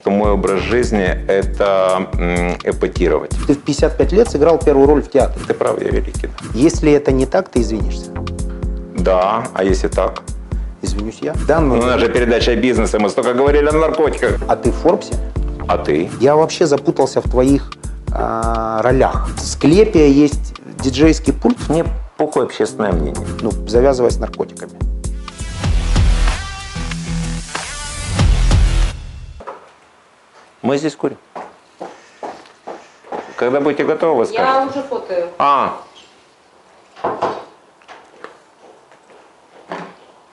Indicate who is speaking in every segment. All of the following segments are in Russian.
Speaker 1: что мой образ жизни – это м, эпатировать.
Speaker 2: Ты в 55 лет сыграл первую роль в театре.
Speaker 1: Ты прав, я великий.
Speaker 2: Если это не так, ты извинишься.
Speaker 1: Да, а если так?
Speaker 2: Извинюсь я. Да, но-
Speaker 1: Ну, у нас же передача о бизнесе, мы столько говорили о наркотиках.
Speaker 2: А ты в Форбсе?
Speaker 1: А ты?
Speaker 2: Я вообще запутался в твоих а, ролях. В склепе есть диджейский пульт,
Speaker 1: Мне похуй общественное мнение.
Speaker 2: ну, завязывая с наркотиками.
Speaker 1: Мы здесь курим. Когда будете готовы, скажете.
Speaker 3: Я уже фотою.
Speaker 1: А,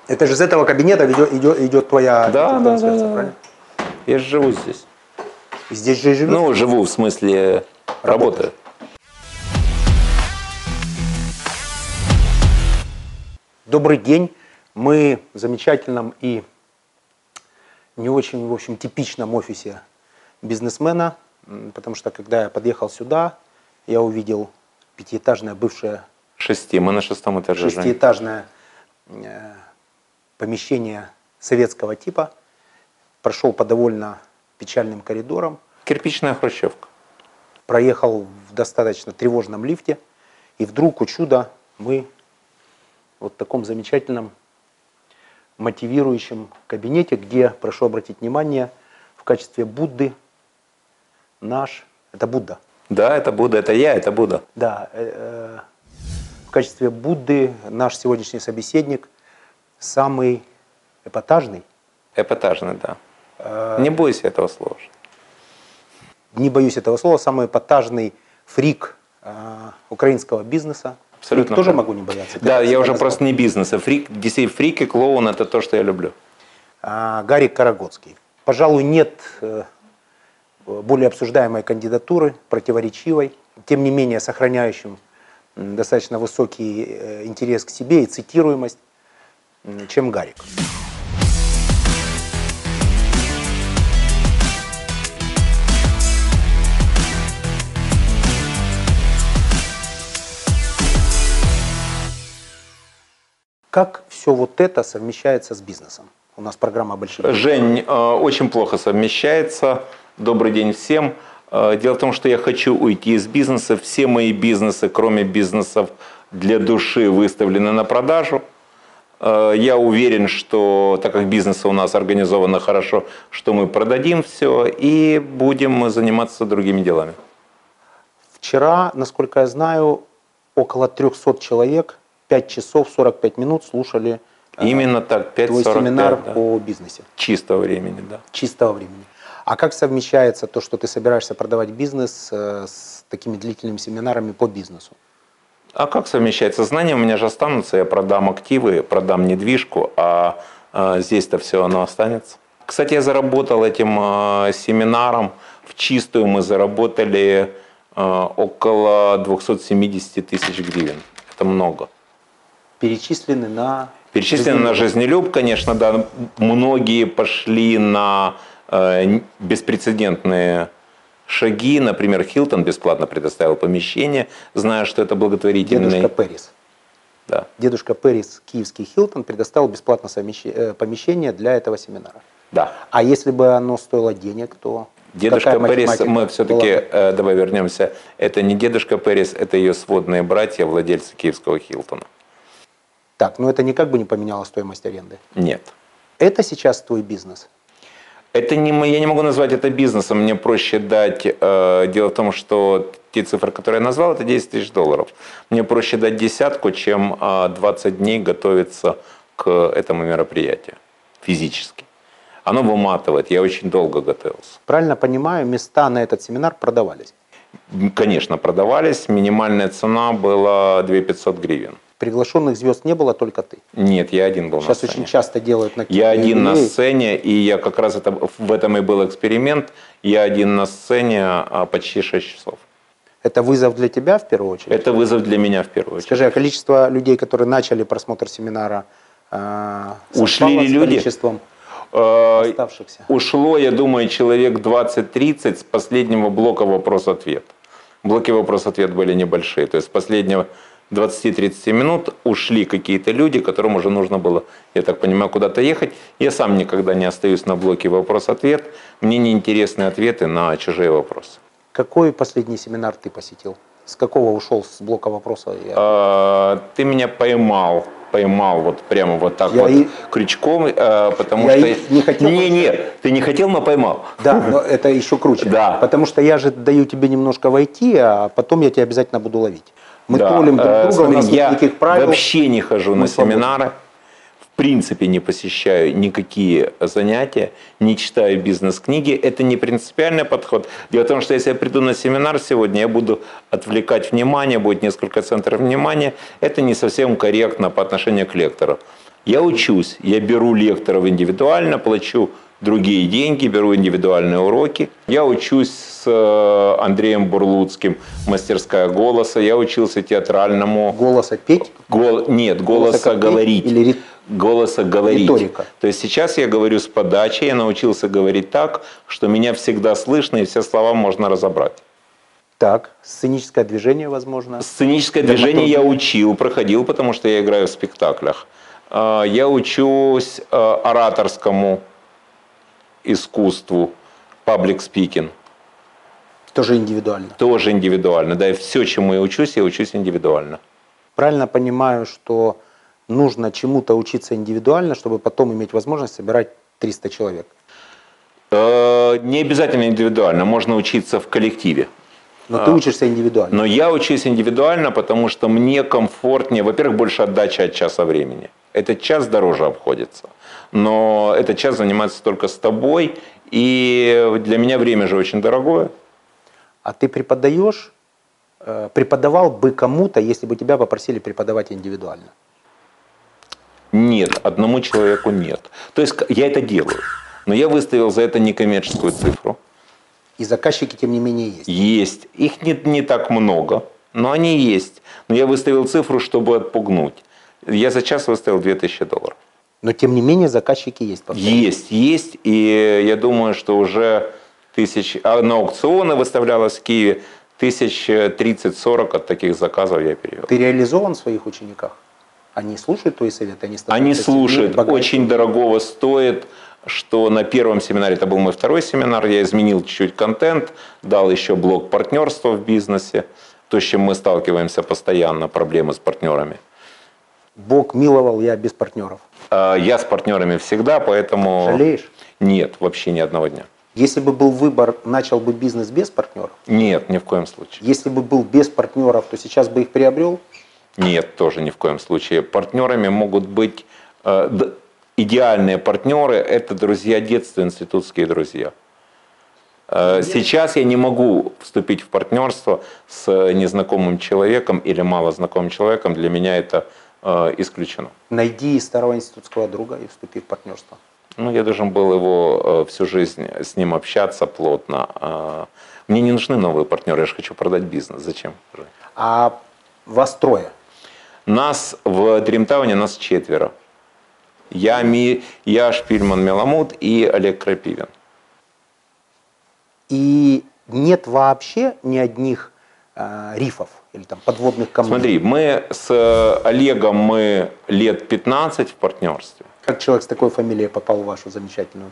Speaker 2: Это же из этого кабинета идет, идет, идет твоя
Speaker 1: Да, да,
Speaker 2: трансляция,
Speaker 1: да, да.
Speaker 2: правильно?
Speaker 1: я же живу здесь.
Speaker 2: Здесь же и живет.
Speaker 1: Ну, живу, в смысле, работаю.
Speaker 2: Добрый день. Мы в замечательном и не очень, в общем, типичном офисе бизнесмена, м, потому что когда я подъехал сюда, я увидел пятиэтажное бывшее
Speaker 1: Шести, мы на шестом этаже. Жень.
Speaker 2: шестиэтажное э, помещение советского типа, прошел по довольно печальным коридорам,
Speaker 1: Кирпичная хрущевка.
Speaker 2: проехал в достаточно тревожном лифте, и вдруг, у чуда, мы вот в таком замечательном мотивирующем кабинете, где, прошу обратить внимание, в качестве Будды наш, это Будда,
Speaker 1: Да, это Будда, это я, это Будда.
Speaker 2: да, э, э, в качестве Будды наш сегодняшний собеседник самый эпатажный,
Speaker 1: Эпатажный, да. Не бойся этого слова.
Speaker 2: не боюсь этого слова, самый эпатажный фрик э, украинского бизнеса.
Speaker 1: Абсолютно
Speaker 2: Фрик тоже
Speaker 1: прав.
Speaker 2: могу не бояться.
Speaker 1: Да,
Speaker 2: как
Speaker 1: я уже
Speaker 2: сказал.
Speaker 1: просто не бизнес. а Фрик, DC фрик и клоун – это то, что я люблю.
Speaker 2: А, Гарри Карагодский. Пожалуй, нет э, более обсуждаемой кандидатуры, противоречивой, тем не менее сохраняющим м, достаточно высокий э, интерес к себе и цитируемость, м, чем Гарик. Как все вот это совмещается с бизнесом? У нас программа большая.
Speaker 1: Жень, э, очень плохо совмещается. Добрый день всем. Э, Дело в том, что я хочу уйти из бизнеса. Все мои бизнесы, кроме бизнесов для души, выставлены на продажу. Э, Я уверен, что так как бизнес у нас организовано хорошо, что мы продадим все и будем мы заниматься другими делами.
Speaker 2: Вчера, насколько я знаю, около 300 человек 5 часов 45 минут слушали э,
Speaker 1: Именно так, 5.45
Speaker 2: твой семинар
Speaker 1: да.
Speaker 2: по бизнесе
Speaker 1: чистого времени. Да.
Speaker 2: чистого времени. А как совмещается то, что ты собираешься продавать бизнес э, с такими длительными семинарами по бизнесу?
Speaker 1: А как совмещается? Знания у меня же останутся, я продам активы, продам недвижку, а, э, здесь-то все оно останется. Кстати, я заработал этим э, семинаром, в чистую мы заработали э, около 270 тысяч гривен. Это много.
Speaker 2: Перечислены на...
Speaker 1: Перечислены на жизнелюб, конечно, да. Многие пошли на э, н- беспрецедентные шаги. Например, Хилтон бесплатно предоставил помещение, зная, что это благотворительный.
Speaker 2: Дедушка Перис.
Speaker 1: Да.
Speaker 2: Дедушка Перис, киевский Хилтон, предоставил бесплатно совмещ- э, помещение для этого семинара.
Speaker 1: Да.
Speaker 2: А если бы оно стоило денег, то...
Speaker 1: Дедушка
Speaker 2: какая
Speaker 1: Перес,
Speaker 2: математика
Speaker 1: мы все-таки,
Speaker 2: была бы?
Speaker 1: э, давай вернемся, это не дедушка Перес, это ее сводные братья, владельцы киевского Хилтона.
Speaker 2: Так, но это никак бы не поменяло стоимость аренды.
Speaker 1: Нет.
Speaker 2: Это сейчас твой бизнес.
Speaker 1: Это не, мо- я не могу назвать это бизнесом, мне проще дать, э, дело в том, что те цифры, которые я назвал, это 10 тысяч долларов. Мне проще дать десятку, чем э, 20 дней готовиться к этому мероприятию физически. Оно выматывает, я очень долго готовился.
Speaker 2: Правильно понимаю, места на этот семинар продавались.
Speaker 1: М, Конечно, продавались, минимальная цена была 2500 гривен.
Speaker 2: Приглашенных звезд не было, только ты.
Speaker 1: Нет, я один был на
Speaker 2: Сейчас
Speaker 1: сцене.
Speaker 2: очень часто делают на
Speaker 1: Я один на
Speaker 2: юбилеи.
Speaker 1: сцене, и я как раз это, в этом и был эксперимент. Я один на сцене а, почти 6 часов.
Speaker 2: Это вызов для тебя в первую очередь.
Speaker 1: Это вызов для меня в первую очередь.
Speaker 2: Скажи, а количество людей, которые начали просмотр семинара, э, совпало
Speaker 1: Ушли ли
Speaker 2: с
Speaker 1: люди?
Speaker 2: количеством
Speaker 1: Э,
Speaker 2: оставшихся?
Speaker 1: Ушло, я думаю, человек 20-30 с последнего блока вопрос-ответ. Блоки вопрос-ответ были небольшие. То есть с последнего 20-30 минут ушли какие-то люди, которым уже нужно было, я так понимаю, куда-то ехать. Я сам никогда не остаюсь на блоке вопрос-ответ. Мне неинтересны ответы на чужие вопросы.
Speaker 2: Какой последний семинар ты посетил? С какого ушел с блока вопроса? Я-
Speaker 1: А, Ты меня поймал, поймал вот прямо вот так
Speaker 2: Я
Speaker 1: вот
Speaker 2: и-
Speaker 1: крючком, а, потому
Speaker 2: Я
Speaker 1: что...
Speaker 2: и не хотел-
Speaker 1: Не, не, ты не хотел, но поймал.
Speaker 2: Да, но это еще круче.
Speaker 1: Да.
Speaker 2: Потому что я же даю тебе немножко войти, а потом я тебя обязательно буду ловить. Мы
Speaker 1: Да,
Speaker 2: троллим друг
Speaker 1: э,
Speaker 2: друга,
Speaker 1: смотри,
Speaker 2: у нас
Speaker 1: я
Speaker 2: нет никаких правил.
Speaker 1: вообще не хожу
Speaker 2: Мы
Speaker 1: на
Speaker 2: свободны.
Speaker 1: семинары, в принципе не посещаю никакие занятия, не читаю бизнес-книги. Это не принципиальный подход. Дело в том, что если я приду на семинар сегодня, я буду отвлекать внимание, будет несколько центров внимания. Это не совсем корректно по отношению к лектору. Я учусь, я беру лекторов индивидуально, плачу другие деньги, беру индивидуальные уроки. Я учусь с э, Андреем Бурлуцким, мастерская голоса. Я учился театральному
Speaker 2: Голоса петь.
Speaker 1: Гол- Нет, голоса
Speaker 2: Голоса как
Speaker 1: говорить.
Speaker 2: петь или рит-
Speaker 1: Голоса говорить.
Speaker 2: Риторика.
Speaker 1: То есть сейчас я говорю с подачей, я научился говорить так, что меня всегда слышно и все слова можно разобрать.
Speaker 2: Так, сценическое движение, возможно.
Speaker 1: Сценическое движение я учил, проходил, потому что я играю в спектаклях. А, Я учусь э, ораторскому искусству, паблик спикинг,
Speaker 2: Тоже индивидуально.
Speaker 1: тоже индивидуально. Да, и все, чему я учусь, я учусь индивидуально.
Speaker 2: Правильно понимаю, что нужно чему-то учиться индивидуально, чтобы потом иметь возможность собирать 300 человек.
Speaker 1: Э, Не обязательно индивидуально, можно учиться в коллективе.
Speaker 2: Но
Speaker 1: А.
Speaker 2: ты учишься индивидуально.
Speaker 1: Но я учусь индивидуально, потому что мне комфортнее, во-первых, больше отдача от часа времени. Этот час дороже обходится. Но этот час занимается только с тобой. И для меня время же очень дорогое.
Speaker 2: А ты преподаешь, э, преподавал бы кому-то, если бы тебя попросили преподавать индивидуально.
Speaker 1: Нет, одному человеку нет. То есть к- я это делаю. Но я выставил за это некоммерческую цифру.
Speaker 2: И заказчики, тем не менее, есть.
Speaker 1: Есть. Их не, не так много, но они есть. Но я выставил цифру, чтобы отпугнуть. Я за час выставил 2000 долларов.
Speaker 2: Но, тем не менее, заказчики есть. повторяю.
Speaker 1: Есть, есть. И я думаю, что уже тысяч... А на аукционы выставлялась в Киеве. Тысяч тридцать-сорок от таких заказов я перевел.
Speaker 2: Ты реализован в своих учениках? Они слушают твои советы? Они, становятся
Speaker 1: Они
Speaker 2: сильнее,
Speaker 1: слушают.
Speaker 2: богаче?
Speaker 1: Очень дорогого стоит, что на первом семинаре, это был мой второй семинар, я изменил чуть-чуть контент, дал еще блок партнерства в бизнесе, то, с чем мы сталкиваемся постоянно, проблемы с партнерами.
Speaker 2: Бог миловал, я без партнеров.
Speaker 1: А Я с партнерами всегда, поэтому...
Speaker 2: Жалеешь?
Speaker 1: Нет, вообще ни одного дня.
Speaker 2: Если бы был выбор, начал бы бизнес без партнеров?
Speaker 1: Нет, ни в коем случае.
Speaker 2: Если бы был без партнеров, то сейчас бы их приобрел?
Speaker 1: Нет, тоже ни в коем случае. Партнерами могут быть э, д- идеальные партнеры. Это друзья детства, институтские друзья. Э, Сейчас я не могу вступить в партнерство с э, незнакомым человеком или малознакомым человеком. Для меня это э, исключено.
Speaker 2: Найди старого институтского друга и вступи в партнерство.
Speaker 1: Ну, я должен был его э, всю жизнь с ним общаться плотно. А Мне не нужны новые партнеры, я же хочу продать бизнес. Зачем?
Speaker 2: А вас трое.
Speaker 1: Нас в Дримтауне нас четверо. Я, Ми, я Шпильман Меламут и Олег Крапивин.
Speaker 2: И нет вообще ни одних э, рифов или там подводных камней.
Speaker 1: Смотри, мы с э, Олегом мы лет 15 в партнерстве.
Speaker 2: Как человек с такой фамилией попал в вашу замечательную...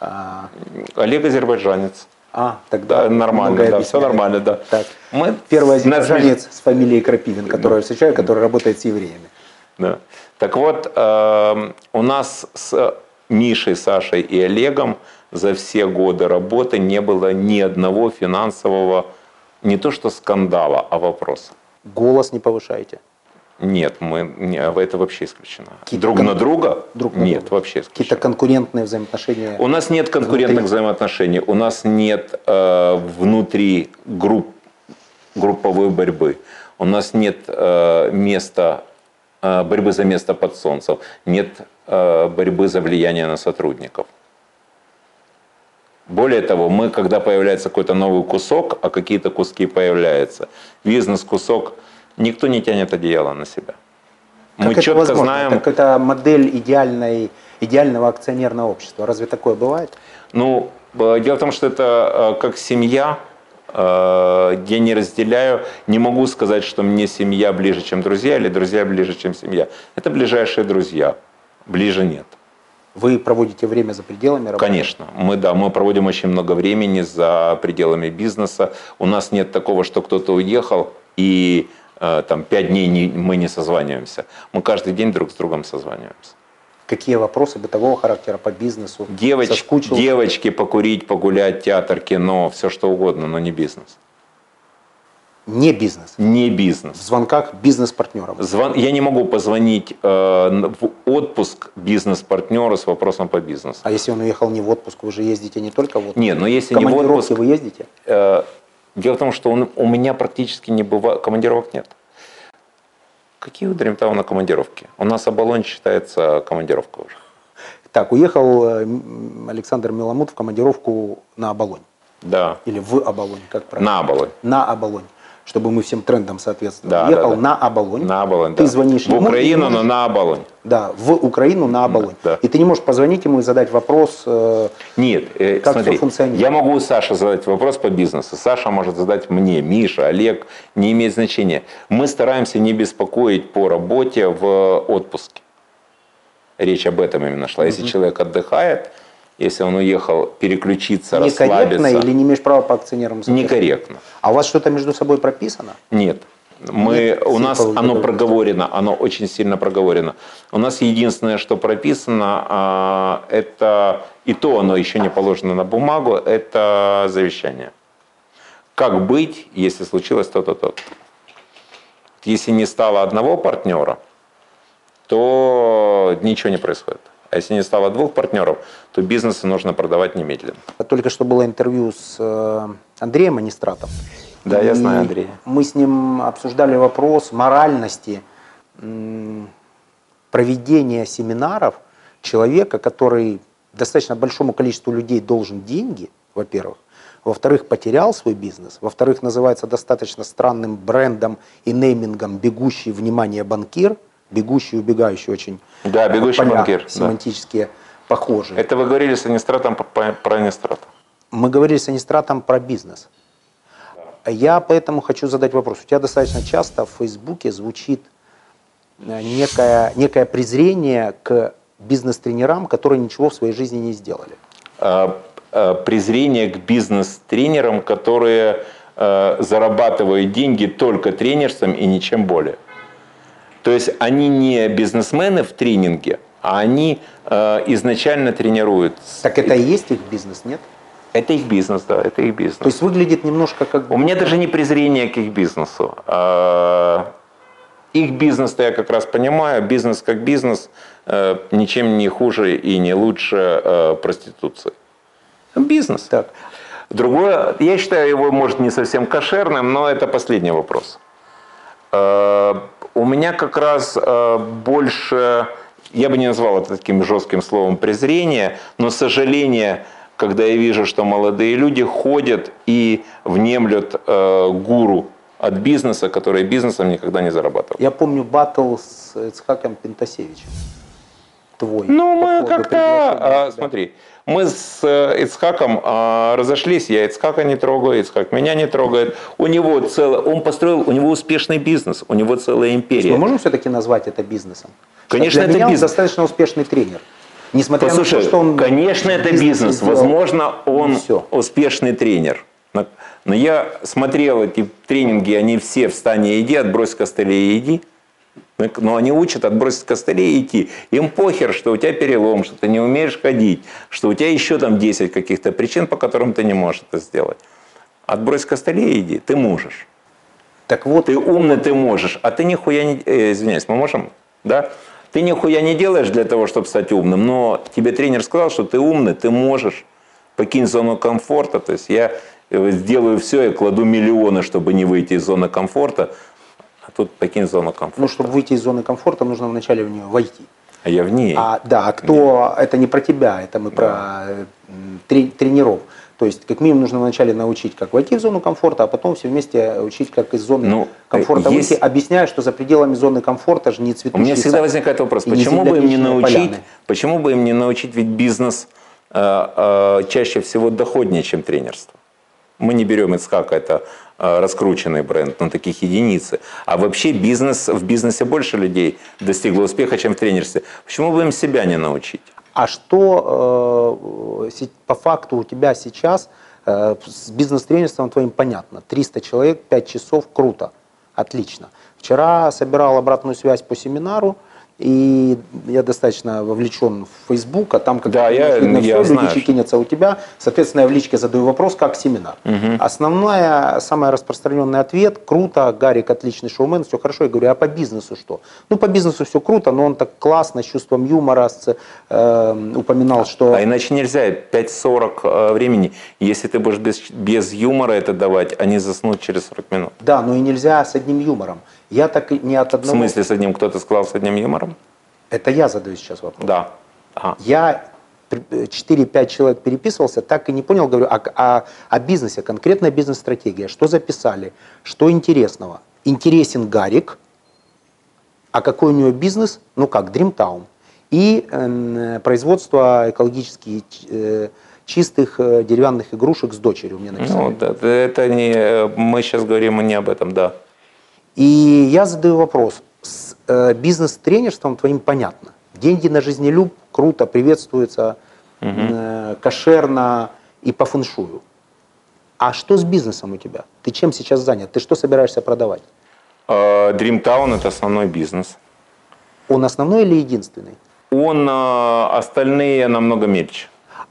Speaker 2: а,
Speaker 1: Олег азербайджанец.
Speaker 2: А, тогда
Speaker 1: Да, нормально,
Speaker 2: многое
Speaker 1: да, все
Speaker 2: объясняет.
Speaker 1: нормально, да.
Speaker 2: Так.
Speaker 1: Мы
Speaker 2: Первый
Speaker 1: нас-
Speaker 2: азербайджанец с фамилией Крапивин, который я встречаю, который работает с евреями.
Speaker 1: Да. Так вот, эм, у нас с Мишей, Сашей и Олегом за все годы работы не было ни одного финансового, не то что скандала, а вопроса.
Speaker 2: Голос не повышаете.
Speaker 1: Нет, мы не, а это вообще исключено.
Speaker 2: Какие-то
Speaker 1: друг
Speaker 2: кон-
Speaker 1: на друга?
Speaker 2: друг на
Speaker 1: нет,
Speaker 2: друга.
Speaker 1: вообще
Speaker 2: Какие-то
Speaker 1: исключено.
Speaker 2: конкурентные взаимоотношения.
Speaker 1: У нас нет конкурентных
Speaker 2: Внутри.
Speaker 1: взаимоотношений, у нас нет э, внутри групп групповой борьбы, у нас нет э, места э, борьбы за место под солнцем, нет э, борьбы за влияние на сотрудников. Более того, мы, когда появляется какой-то новый кусок, а какие-то куски появляются, бизнес-кусок, никто не тянет одеяло на себя.
Speaker 2: Как
Speaker 1: мы
Speaker 2: это
Speaker 1: четко
Speaker 2: возможно?
Speaker 1: знаем,
Speaker 2: Как это модель идеальной, идеального акционерного общества. Разве такое бывает?
Speaker 1: Ну, э, дело в том, что это э, как семья, Э, Я не разделяю, не могу сказать, что мне семья ближе, чем друзья, или друзья ближе, чем семья. Это ближайшие друзья, ближе нет.
Speaker 2: Вы проводите время за пределами работы?
Speaker 1: Конечно, мы да, мы проводим очень много времени за пределами бизнеса. У нас нет такого, что кто-то уехал и э, там пять дней не- мы не созваниваемся. Мы каждый день друг с другом созваниваемся.
Speaker 2: Какие вопросы бытового характера по бизнесу?
Speaker 1: Девоч,
Speaker 2: Соскучился?
Speaker 1: девочки покурить, погулять, театр, кино, все что угодно, но не бизнес.
Speaker 2: Не бизнес.
Speaker 1: Не
Speaker 2: В
Speaker 1: бизнес.
Speaker 2: звонках бизнес-партнерам.
Speaker 1: Звон, я не могу позвонить э, н- в отпуск бизнес-партнеру с вопросом по бизнесу.
Speaker 2: А если он уехал не в отпуск, вы же ездите не только в отпуск?
Speaker 1: Не, но если не в
Speaker 2: командировки
Speaker 1: отпуск,
Speaker 2: вы ездите?
Speaker 1: Э, Дело в том, что он- у меня практически не бывает, командировок нет. Какие у Дримтауна командировки? У нас Абалон считается командировкой уже.
Speaker 2: Так, уехал э, м, Александр Меломут в командировку на Оболонь.
Speaker 1: Да,
Speaker 2: Или в Оболонь, как правильно?
Speaker 1: на Абалон.
Speaker 2: На Оболонь. Чтобы мы всем трендам соответствовали.
Speaker 1: Да,
Speaker 2: уехал
Speaker 1: да, да.
Speaker 2: на Оболонь.
Speaker 1: На Абалон,
Speaker 2: Ты
Speaker 1: да.
Speaker 2: звонишь
Speaker 1: В
Speaker 2: ему,
Speaker 1: Украину, но
Speaker 2: ты можешь-
Speaker 1: на Абалон.
Speaker 2: Да, в Украину на Оболонь.
Speaker 1: Да.
Speaker 2: И ты не можешь позвонить ему и задать вопрос. э,
Speaker 1: Нет, э,
Speaker 2: Как всё
Speaker 1: смотри,
Speaker 2: функционирует?
Speaker 1: я могу Саше задать вопрос по бизнесу, Саша может задать мне, Миша, Олег, не имеет значения. Мы стараемся не беспокоить по работе в отпуске. Речь об этом именно шла. Если человек отдыхает, если он уехал переключиться,
Speaker 2: некорректно
Speaker 1: расслабиться,
Speaker 2: или не имеешь права по акционерам
Speaker 1: некорректно.
Speaker 2: А у вас что-то между собой прописано?
Speaker 1: Нет. Мы,
Speaker 2: Нет
Speaker 1: у нас
Speaker 2: символов
Speaker 1: оно
Speaker 2: договоренности.
Speaker 1: проговорено, оно очень сильно проговорено. У нас единственное, что прописано, а, это, и то оно еще не положено на бумагу, это завещание. Как быть, если случилось то-то, то Если не стало одного партнера, то ничего не происходит. А если не стало двух партнеров, то бизнесы нужно продавать немедленно.
Speaker 2: А Только что было интервью с э, Андреем Анистратом.
Speaker 1: Да, я
Speaker 2: И
Speaker 1: знаю Андрея.
Speaker 2: Мы с ним обсуждали вопрос моральности м, проведения семинаров человека, который достаточно большому количеству людей должен деньги, во-первых, во-вторых, потерял свой бизнес, во-вторых, называется достаточно странным брендом и неймингом «бегущий, внимание, банкир», «бегущий, убегающий» очень
Speaker 1: Да, бегущий
Speaker 2: поля
Speaker 1: банкир. да.
Speaker 2: семантические похожи.
Speaker 1: Это вы говорили с Анистратом про- про Анистрата.
Speaker 2: Мы говорили с Анистратом про бизнес. Я поэтому хочу задать вопрос. У тебя достаточно часто в Фейсбуке звучит э, некое, некое презрение к бизнес-тренерам, которые ничего в своей жизни не сделали.
Speaker 1: а, а, презрение к бизнес-тренерам, которые э, зарабатывают деньги только тренерством и ничем более. То есть они не бизнесмены в тренинге, а они э, изначально тренируют.
Speaker 2: Так это и есть их бизнес, нет?
Speaker 1: Это их бизнес, да, это их бизнес.
Speaker 2: То есть выглядит немножко как...
Speaker 1: У меня даже не презрение к их бизнесу. А, Их бизнес-то я как раз понимаю. Бизнес как бизнес э, ничем не хуже и не лучше э, проституции. Бизнес.
Speaker 2: Так.
Speaker 1: Другое, я считаю его, может, не совсем кошерным, но это последний вопрос. Э, У меня как раз э, больше, я бы не назвал это таким жестким словом презрение, но сожаление, когда я вижу, что молодые люди ходят и внемлют э, гуру от бизнеса, который бизнесом никогда не зарабатывал.
Speaker 2: Я помню баттл с Эцхаком Пентасевичем. Твой.
Speaker 1: Ну,
Speaker 2: по
Speaker 1: мы
Speaker 2: поводу
Speaker 1: как-то,
Speaker 2: приглашения
Speaker 1: а,
Speaker 2: тебя.
Speaker 1: смотри, мы с э, Ицхаком а, разошлись, я Ицхака не трогаю, Ицхак меня не трогает. У него целое, он построил, у него успешный бизнес, у него целая
Speaker 2: Мы
Speaker 1: империя.
Speaker 2: можем все-таки назвать это бизнесом?
Speaker 1: Конечно,
Speaker 2: Для
Speaker 1: это
Speaker 2: меня он
Speaker 1: бизнес.
Speaker 2: достаточно успешный тренер. Несмотря
Speaker 1: Послушай,
Speaker 2: на то, что он...
Speaker 1: конечно, это
Speaker 2: в бизнесе
Speaker 1: бизнес,
Speaker 2: сделал
Speaker 1: возможно, он
Speaker 2: не всё.
Speaker 1: успешный тренер. Но- Но я смотрел эти тренинги, они все «Встань и иди», «Отбрось костыли и иди». Так, Но они учат отбросить костыли и идти. Им похер, что у тебя перелом, что ты не умеешь ходить, что у тебя еще там 10 каких-то причин, по которым ты не можешь это сделать. Отбрось костыли и иди, ты можешь.
Speaker 2: Так вот,
Speaker 1: Ты умный, ты можешь, а ты нихуя не... э, извиняюсь, мы можем? Да? Ты нихуя не делаешь для того, чтобы стать умным, но тебе тренер сказал, что ты умный, ты можешь. Покинь зону комфорта. То есть я э, сделаю все и кладу миллионы, чтобы не выйти из зоны комфорта. А тут покинь зону комфорта.
Speaker 2: ну, чтобы выйти из зоны комфорта, нужно вначале в нее войти.
Speaker 1: А я в ней.
Speaker 2: А, да, а кто... Это не про тебя, это мы про м, тре- тренеров. То есть, как минимум, нужно вначале научить, как войти в зону комфорта, а потом все вместе учить, как из зоны
Speaker 1: Ну, э,
Speaker 2: комфорта
Speaker 1: есть-
Speaker 2: выйти, объясняя, что за пределами зоны комфорта же не
Speaker 1: У
Speaker 2: цветущие
Speaker 1: меня всегда
Speaker 2: сад.
Speaker 1: возникает вопрос,
Speaker 2: И не
Speaker 1: почему бы им не
Speaker 2: земляничные
Speaker 1: научить,
Speaker 2: поляны.
Speaker 1: почему бы им не научить, ведь бизнес э, э, чаще всего доходнее, чем тренерство. Мы не берем СХАК, это э, раскрученный бренд, но таких единицы. А вообще бизнес, в бизнесе больше людей достигло успеха, чем в тренерстве. Почему бы им себя не научить?
Speaker 2: А что э, се- по факту у тебя сейчас э, с бизнес-тренерством твоим понятно? 300 человек, 5 часов, круто, отлично. Вчера собирал обратную связь по семинару, и я достаточно вовлечен в Facebook, а там как
Speaker 1: Да, я-
Speaker 2: видно
Speaker 1: я
Speaker 2: всё,
Speaker 1: знаю,
Speaker 2: люди
Speaker 1: что-
Speaker 2: кинется у тебя. Соответственно, я в личке задаю вопрос, как семинар. Основная, самый распространенный ответ, круто, Гарик отличный шоумен, все хорошо. Я говорю, а по бизнесу что? Ну, по бизнесу все круто, но он так классно, с чувством юмора с, э, упоминал, что...
Speaker 1: А иначе нельзя 5-40 э, времени. Если ты будешь без, без юмора это давать, они заснут через 40 минут.
Speaker 2: Да, но и нельзя с одним юмором. Я так и не от
Speaker 1: В
Speaker 2: одного...
Speaker 1: смысле, с одним кто-то сказал, с одним юмором?
Speaker 2: Это я задаю сейчас вопрос.
Speaker 1: Да. А.
Speaker 2: Я при- э, 4-5 человек переписывался, так и не понял, говорю, а, а- о бизнесе, конкретная бизнес-стратегия, что записали, что интересного. Интересен Гарик, а какой у него бизнес, ну как, Dreamtown. И эм, э, производство экологически ч- э, чистых э, деревянных игрушек с дочерью мне написали.
Speaker 1: Ну, да, это не... э, Мы сейчас говорим не об этом, да.
Speaker 2: И я задаю вопрос. С э, бизнес-тренерством твоим понятно. Деньги на жизнелюб круто приветствуются, э, кошерно и по фэншую. А что с бизнесом у тебя? Ты чем сейчас занят? Ты что собираешься продавать?
Speaker 1: Э, Dreamtown – это основной бизнес.
Speaker 2: Он основной или единственный?
Speaker 1: Он, э, остальные намного мельче.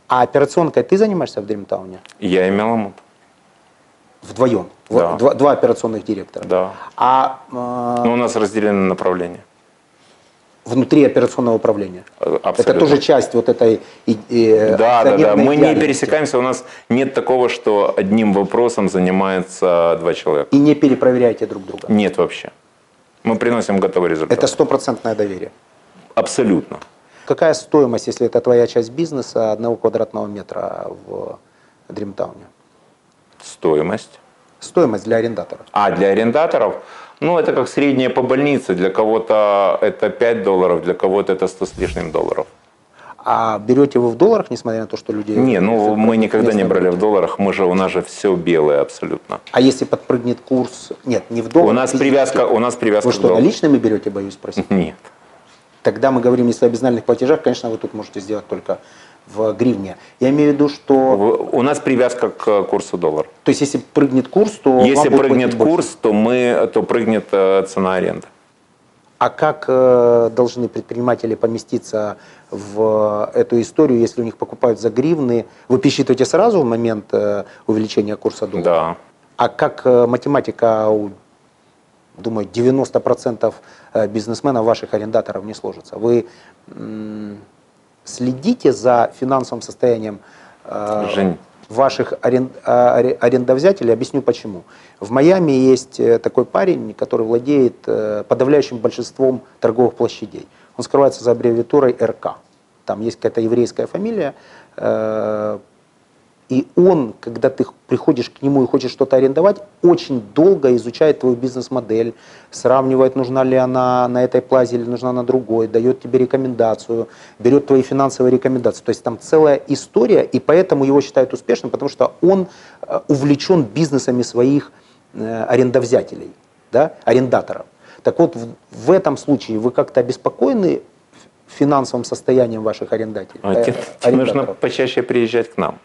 Speaker 2: А операционкой ты занимаешься в Дримтауне?
Speaker 1: Я и Меламут.
Speaker 2: Вдвоем.
Speaker 1: Да.
Speaker 2: Во- Два, два операционных директора.
Speaker 1: Да.
Speaker 2: А э,
Speaker 1: Но у нас разделены направления.
Speaker 2: внутри операционного управления?
Speaker 1: Э,
Speaker 2: Это
Speaker 1: абсолютно.
Speaker 2: тоже часть вот этой... и- и-
Speaker 1: Да, да, да.
Speaker 2: акционерной
Speaker 1: Мы не
Speaker 2: идеальности.
Speaker 1: пересекаемся. У нас нет такого, что одним вопросом занимается два человека.
Speaker 2: И не перепроверяйте друг друга.
Speaker 1: Нет вообще. Мы приносим готовый результат.
Speaker 2: Это стопроцентное доверие.
Speaker 1: абсолютно.
Speaker 2: Какая стоимость, если это твоя часть бизнеса, одного квадратного метра в Дримтауне?
Speaker 1: Стоимость.
Speaker 2: Стоимость для арендатора.
Speaker 1: А для арендаторов, ну, это как средняя по больнице. Для кого-то это 5 долларов, для кого-то это 100 с лишним долларов.
Speaker 2: А берете вы в долларах, несмотря на то, что люди...
Speaker 1: Не, ну, мы никогда не
Speaker 2: местные
Speaker 1: брали в
Speaker 2: валюты?
Speaker 1: долларах. Мы же, у нас же все белое абсолютно.
Speaker 2: А если подпрыгнет курс? Нет, не в долларах.
Speaker 1: У нас
Speaker 2: физически.
Speaker 1: привязка, у нас привязка
Speaker 2: Вы
Speaker 1: к
Speaker 2: что,
Speaker 1: доллару. Хм.
Speaker 2: наличными берете, боюсь спросить?
Speaker 1: Нет.
Speaker 2: Тогда мы говорим, если о безнальных платежах, конечно, вы тут можете сделать только в гривне. Я имею в виду, что...
Speaker 1: В- У нас привязка к курсу доллара.
Speaker 2: То есть, если прыгнет курс, то... вам
Speaker 1: Если
Speaker 2: будет
Speaker 1: прыгнет
Speaker 2: платить больше.
Speaker 1: курс, то мы, то прыгнет э, цена аренды.
Speaker 2: А как э, должны предприниматели поместиться в эту историю, если у них покупают за гривны? Вы пересчитываете сразу в момент э, увеличения курса доллара?
Speaker 1: Да.
Speaker 2: А как э, математика у, думаю, 90% э, бизнесменов ваших арендаторов не сложится? Вы м, следите за финансовым состоянием э,
Speaker 1: Жень.
Speaker 2: ваших арен- а, аре- арендовзятелей? Объясню почему. В Майами есть э, такой парень, который владеет э, подавляющим большинством торговых площадей. Он скрывается за аббревиатурой РК. Там есть какая-то еврейская фамилия. э, и он, когда ты приходишь к нему и хочешь что-то арендовать, очень долго изучает твою бизнес-модель, сравнивает, нужна ли она на этой плазе или нужна на другой, дает тебе рекомендацию, берет твои финансовые рекомендации. То есть там целая история, и поэтому его считают успешным, потому что он э, увлечен бизнесами своих э, арендовзятелей, да, арендаторов. Так вот, в, в этом случае вы как-то обеспокоены финансовым состоянием ваших арендателей?
Speaker 1: А
Speaker 2: э,
Speaker 1: те- те нужно
Speaker 2: арендаторов?
Speaker 1: почаще приезжать к нам.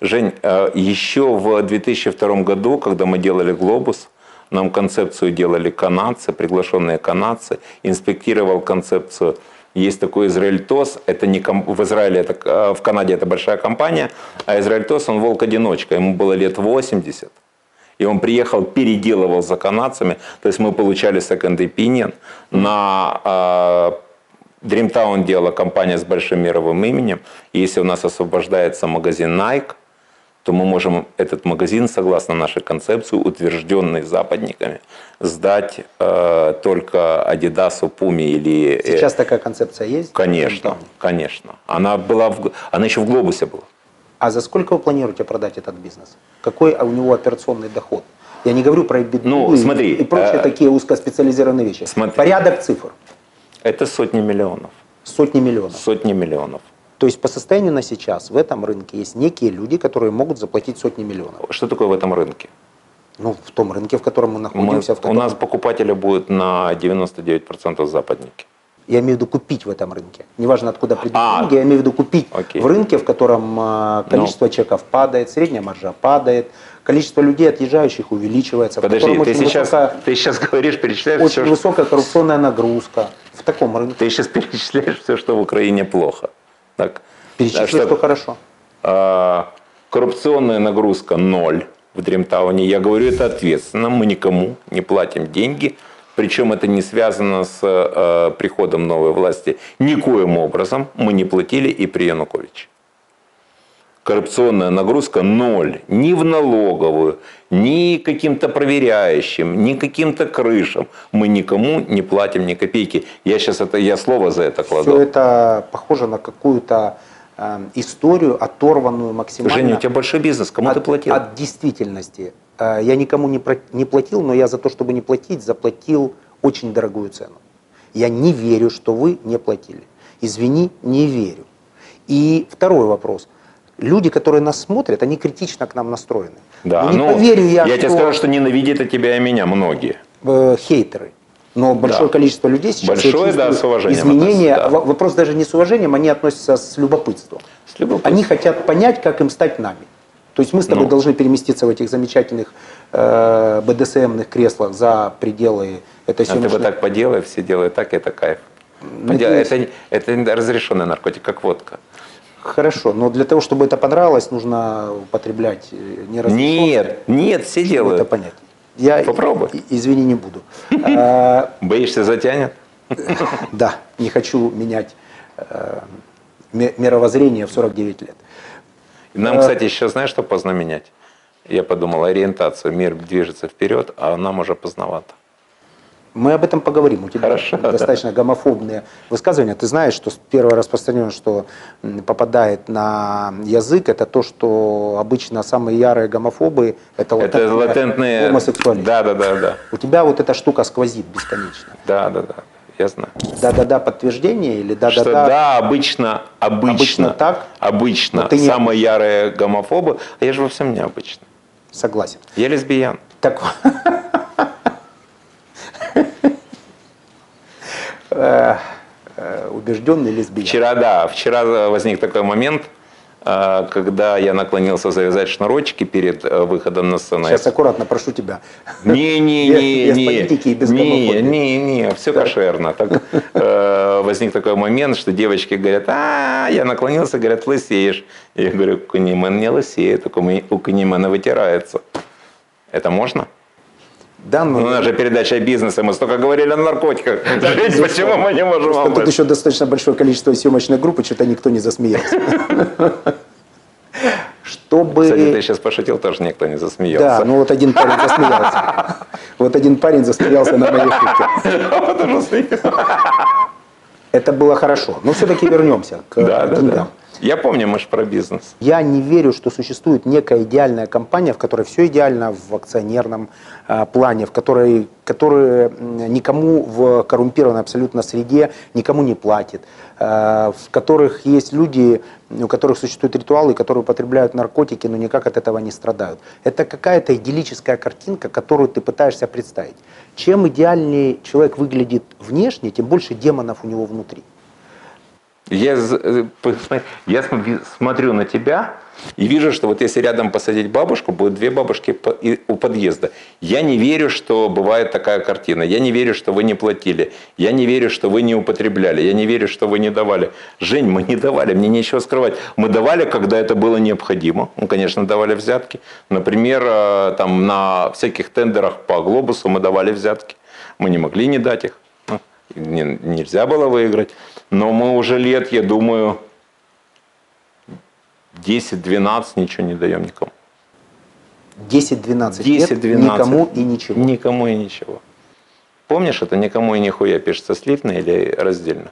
Speaker 1: Жень, э, еще в 2002 году, когда мы делали «Глобус», нам концепцию делали канадцы, приглашенные канадцы, инспектировал концепцию. Есть такой Израиль ТОС, это не ком- в Израиле, это, э, в Канаде это большая компания, а Израиль ТОС, он волк-одиночка, ему было лет 80. И он приехал, переделывал за канадцами. То есть мы получали second opinion. На э, Dreamtown делала компания с большим мировым именем. И если у нас освобождается магазин Nike, то мы можем этот магазин, согласно нашей концепции, утвержденный западниками, сдать э, только Адидасу, Пуме или... э,
Speaker 2: Сейчас такая концепция есть?
Speaker 1: Конечно,
Speaker 2: Да. конечно.
Speaker 1: конечно. Она была, в... г- она еще в Глобусе была.
Speaker 2: А за сколько вы планируете продать этот бизнес? Какой у него операционный доход? Я не говорю про EBITDA
Speaker 1: Ну,
Speaker 2: и-
Speaker 1: смотри,
Speaker 2: и прочие
Speaker 1: э,
Speaker 2: такие узкоспециализированные вещи.
Speaker 1: смотри.
Speaker 2: Порядок цифр.
Speaker 1: Это сотни миллионов.
Speaker 2: Сотни миллионов.
Speaker 1: Сотни миллионов.
Speaker 2: То есть по состоянию на сейчас в этом рынке есть некие люди, которые могут заплатить сотни миллионов.
Speaker 1: Что такое в этом рынке?
Speaker 2: Ну, в том рынке, в котором мы
Speaker 1: Мы-
Speaker 2: находимся, в
Speaker 1: у
Speaker 2: котором...
Speaker 1: нас покупателя будет на 99% западники.
Speaker 2: Я имею в виду купить в этом рынке. Неважно, откуда придут
Speaker 1: А.
Speaker 2: деньги, я имею в виду купить
Speaker 1: Окей. Ну.
Speaker 2: в рынке, в котором а, количество чеков падает, средняя маржа падает, количество людей, отъезжающих, увеличивается. в
Speaker 1: Подожди,
Speaker 2: котором
Speaker 1: ты
Speaker 2: очень
Speaker 1: сейчас,
Speaker 2: высокая-
Speaker 1: ты сейчас говоришь, перечисляешь
Speaker 2: очень
Speaker 1: все,
Speaker 2: высокая коррупционная нагрузка в таком рынке.
Speaker 1: ты сейчас перечисляешь все, что в Украине плохо. Так,
Speaker 2: Перечисли,
Speaker 1: что-
Speaker 2: что, хорошо.
Speaker 1: А, коррупционная нагрузка ноль в Дримтауне. Я говорю это ответственно. Мы никому не платим деньги. Причем это не связано с э, приходом новой власти. Никоим образом мы не платили и при Януковиче. Коррупционная нагрузка ноль. Ни в налоговую, ни каким-то проверяющим, ни каким-то крышам. Мы никому не платим ни копейки. Я сейчас это, я слово за это кладу.
Speaker 2: Все это похоже на какую-то э, историю, оторванную максимально
Speaker 1: Женя, у тебя большой бизнес. Кому ты
Speaker 2: от,
Speaker 1: платил?
Speaker 2: от действительности. Э, Я никому не, про- не платил, но я за то, чтобы не платить, заплатил очень дорогую цену. Я не верю, что вы не платили. Извини, не верю. И второй вопрос. Люди, которые нас смотрят, они критично к нам настроены.
Speaker 1: Да,
Speaker 2: ну, не поверю я, что
Speaker 1: тебе скажу, что ненавидят и тебя, и меня многие.
Speaker 2: э, хейтеры. Но большое
Speaker 1: Да.
Speaker 2: количество людей сейчас я
Speaker 1: Большое, да,
Speaker 2: чувствую,
Speaker 1: с уважением
Speaker 2: изменения.
Speaker 1: относятся, да.
Speaker 2: в- Вопрос даже не с уважением, они относятся с любопытством.
Speaker 1: С любопытством.
Speaker 2: Они хотят понять, как им стать нами. То есть мы с тобой
Speaker 1: Ну.
Speaker 2: должны переместиться в этих замечательных э, БДСМных креслах за пределы
Speaker 1: А
Speaker 2: этой
Speaker 1: ты
Speaker 2: съемочной-
Speaker 1: бы так поделай, все делают так, и это кайф.
Speaker 2: Надеюсь.
Speaker 1: Поделай. Это, это разрешенный наркотик, как водка.
Speaker 2: Хорошо, но для того, чтобы это понравилось, нужно употреблять э, не разрешенное.
Speaker 1: Нет, нет, все
Speaker 2: Чтобы это
Speaker 1: делают.
Speaker 2: понять. Я,
Speaker 1: Попробуй.
Speaker 2: и- Извини, не буду. А,
Speaker 1: Боишься, затянет?
Speaker 2: Да, не хочу менять э, ми- мировоззрение в 49 лет. Э.
Speaker 1: Нам, кстати, еще знаешь, что поздно менять? Я подумал, ориентацию. Мир движется вперед, а нам уже поздновато.
Speaker 2: Мы об этом поговорим. У тебя
Speaker 1: Хорошо, да.
Speaker 2: достаточно гомофобные высказывания. Ты знаешь, что первое распространенное, что м, попадает на язык, это то, что обычно самые ярые гомофобы – это,
Speaker 1: Это латентные...
Speaker 2: гомосексуалисты.
Speaker 1: Да, да, да, да.
Speaker 2: У тебя вот эта штука сквозит бесконечно.
Speaker 1: Да, да, да. Я знаю.
Speaker 2: Да-да-да, подтверждение или
Speaker 1: Что
Speaker 2: да-да-да.
Speaker 1: да, обычно, обычно,
Speaker 2: Обычно так?
Speaker 1: обычно
Speaker 2: Но ты не-
Speaker 1: самые ярые гомофобы, а я же во всем необычно.
Speaker 2: Согласен.
Speaker 1: Я лесбиян.
Speaker 2: Так. Э, э, Убежденный лесбиян.
Speaker 1: Вчера, да, вчера возник такой момент, э, когда я наклонился завязать шнурочки перед э, выходом на сцену.
Speaker 2: Сейчас аккуратно прошу тебя.
Speaker 1: Не, не, не,
Speaker 2: Без- без политики и
Speaker 1: не,
Speaker 2: без
Speaker 1: не,
Speaker 2: гомофобии.
Speaker 1: не, не, все кошерно. Так, э, возник такой момент, что девочки говорят, а, я наклонился, говорят, лысеешь. Я говорю, Куниман не лысеет, у Куни- у Кунимана вытирается. Это можно?
Speaker 2: Да,
Speaker 1: Ну, у
Speaker 2: но
Speaker 1: нас же передача о бизнесе, мы столько говорили о наркотиках. Жень, почему мы не можем
Speaker 2: просто
Speaker 1: об
Speaker 2: тут
Speaker 1: этом?
Speaker 2: еще достаточно большое количество съемочной группы, что-то никто не засмеялся.
Speaker 1: Кстати, ты
Speaker 2: Чтобы...
Speaker 1: сейчас пошутил, тоже никто не засмеялся.
Speaker 2: Да, ну вот один парень засмеялся. Вот один парень засмеялся на моей шутке.
Speaker 1: Потому что-
Speaker 2: Это было хорошо. Но все-таки вернемся к
Speaker 1: Да, да,
Speaker 2: деньгам.
Speaker 1: да. Я помню, мы же про бизнес.
Speaker 2: Я не верю, что существует некая идеальная компания, в которой все идеально в акционерном э, плане, в которой которые м, никому в коррумпированной абсолютно среде никому не платит, э, в которых есть люди, у которых существуют ритуалы, которые употребляют наркотики, но никак от этого не страдают. Это какая-то идиллическая картинка, которую ты пытаешься представить. Чем идеальнее человек выглядит внешне, тем больше демонов у него внутри.
Speaker 1: Я, з- э, посмотри, я см- смотрю на тебя и вижу, что вот если рядом посадить бабушку, будет две бабушки по- и- у подъезда. Я не верю, что бывает такая картина. Я не верю, что вы не платили. Я не верю, что вы не употребляли. Я не верю, что вы не давали. Жень, мы не давали, мне нечего скрывать. Мы давали, когда это было необходимо. Мы, конечно, давали взятки. Например, э, там на всяких тендерах по глобусу мы давали взятки. Мы не могли не дать их. Ну, не- нельзя было выиграть. Но мы уже лет, я думаю, 10-12 ничего не даем никому.
Speaker 2: 10-12 лет
Speaker 1: 10-12.
Speaker 2: никому и ничего.
Speaker 1: Никому и ничего. Помнишь это? Никому и нихуя пишется слитно или раздельно?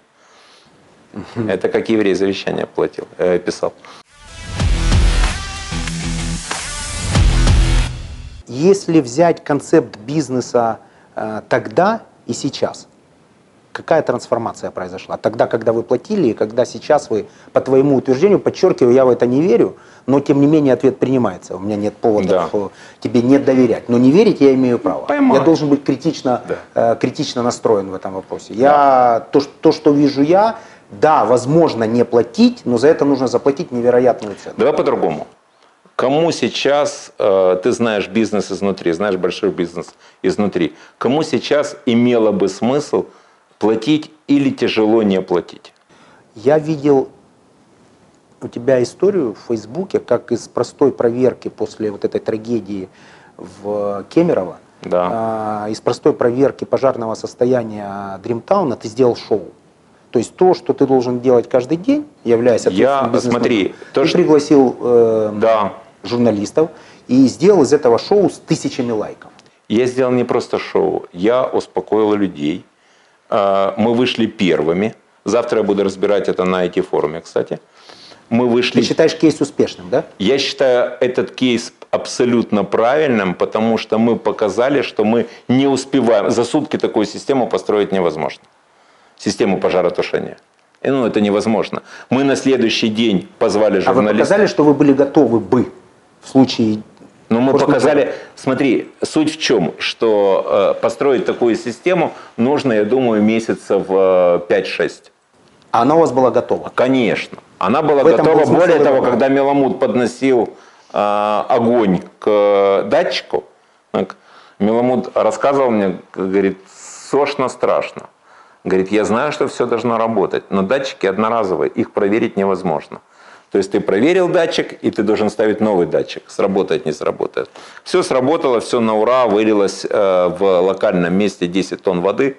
Speaker 1: Это как еврей завещание платил, э, писал.
Speaker 2: Если взять концепт бизнеса э, тогда и сейчас, Какая трансформация произошла? Тогда, когда вы платили, и когда сейчас вы, по твоему утверждению, подчеркиваю, я в это не верю, но тем не менее ответ принимается. У меня нет повода
Speaker 1: Да.
Speaker 2: тебе не доверять. Но не верить я имею право.
Speaker 1: Поймаю.
Speaker 2: Я должен быть критично, э, критично настроен в этом вопросе. Я, то, что, то, что вижу я, да, возможно не платить, но за это нужно заплатить невероятную цену.
Speaker 1: Давай по-другому. Кому сейчас, э, ты знаешь бизнес изнутри, знаешь большой бизнес изнутри, кому сейчас имело бы смысл платить или тяжело не платить?
Speaker 2: Я видел у тебя историю в Фейсбуке, как из простой проверки после вот этой трагедии в Кемерово,
Speaker 1: Да.
Speaker 2: а, из простой проверки пожарного состояния Дримтауна ты сделал шоу. То есть то, что ты должен делать каждый день, являясь
Speaker 1: Я-
Speaker 2: ответственным бизнесменом,
Speaker 1: смотри, то,
Speaker 2: ты
Speaker 1: что-
Speaker 2: пригласил э,
Speaker 1: Да.
Speaker 2: журналистов и сделал из этого шоу с тысячами лайков.
Speaker 1: Я сделал не просто шоу, я успокоил людей. Э, Мы вышли первыми. Завтра я буду разбирать это на IT-форуме, кстати. Мы
Speaker 2: Ты
Speaker 1: вышли
Speaker 2: считаешь кейс успешным, да?
Speaker 1: Я считаю этот кейс абсолютно правильным, потому что мы показали, что мы не успеваем. За сутки такую систему построить невозможно. Систему пожаротушения. И, Ну, это невозможно. Мы на следующий день позвали
Speaker 2: А вы
Speaker 1: журналистов.
Speaker 2: показали, что вы были готовы бы в случае...
Speaker 1: Но Ну, мы
Speaker 2: Просто
Speaker 1: показали, смотри, суть в чем, что э, построить такую систему нужно, я думаю, месяцев э, 5-6.
Speaker 2: А она у вас была готова.
Speaker 1: Конечно. Она была
Speaker 2: В этом
Speaker 1: готова.
Speaker 2: был смысл
Speaker 1: Более того,
Speaker 2: выбора.
Speaker 1: когда Меламут подносил э, огонь к э, датчику, так, Меламут рассказывал мне, говорит, сошно страшно. Говорит, я знаю, что все должно работать, но датчики одноразовые, их проверить невозможно. То есть ты проверил датчик, и ты должен ставить новый датчик. Сработает, не сработает. Все сработало, все на ура, вылилось э, в локальном месте 10 тонн воды.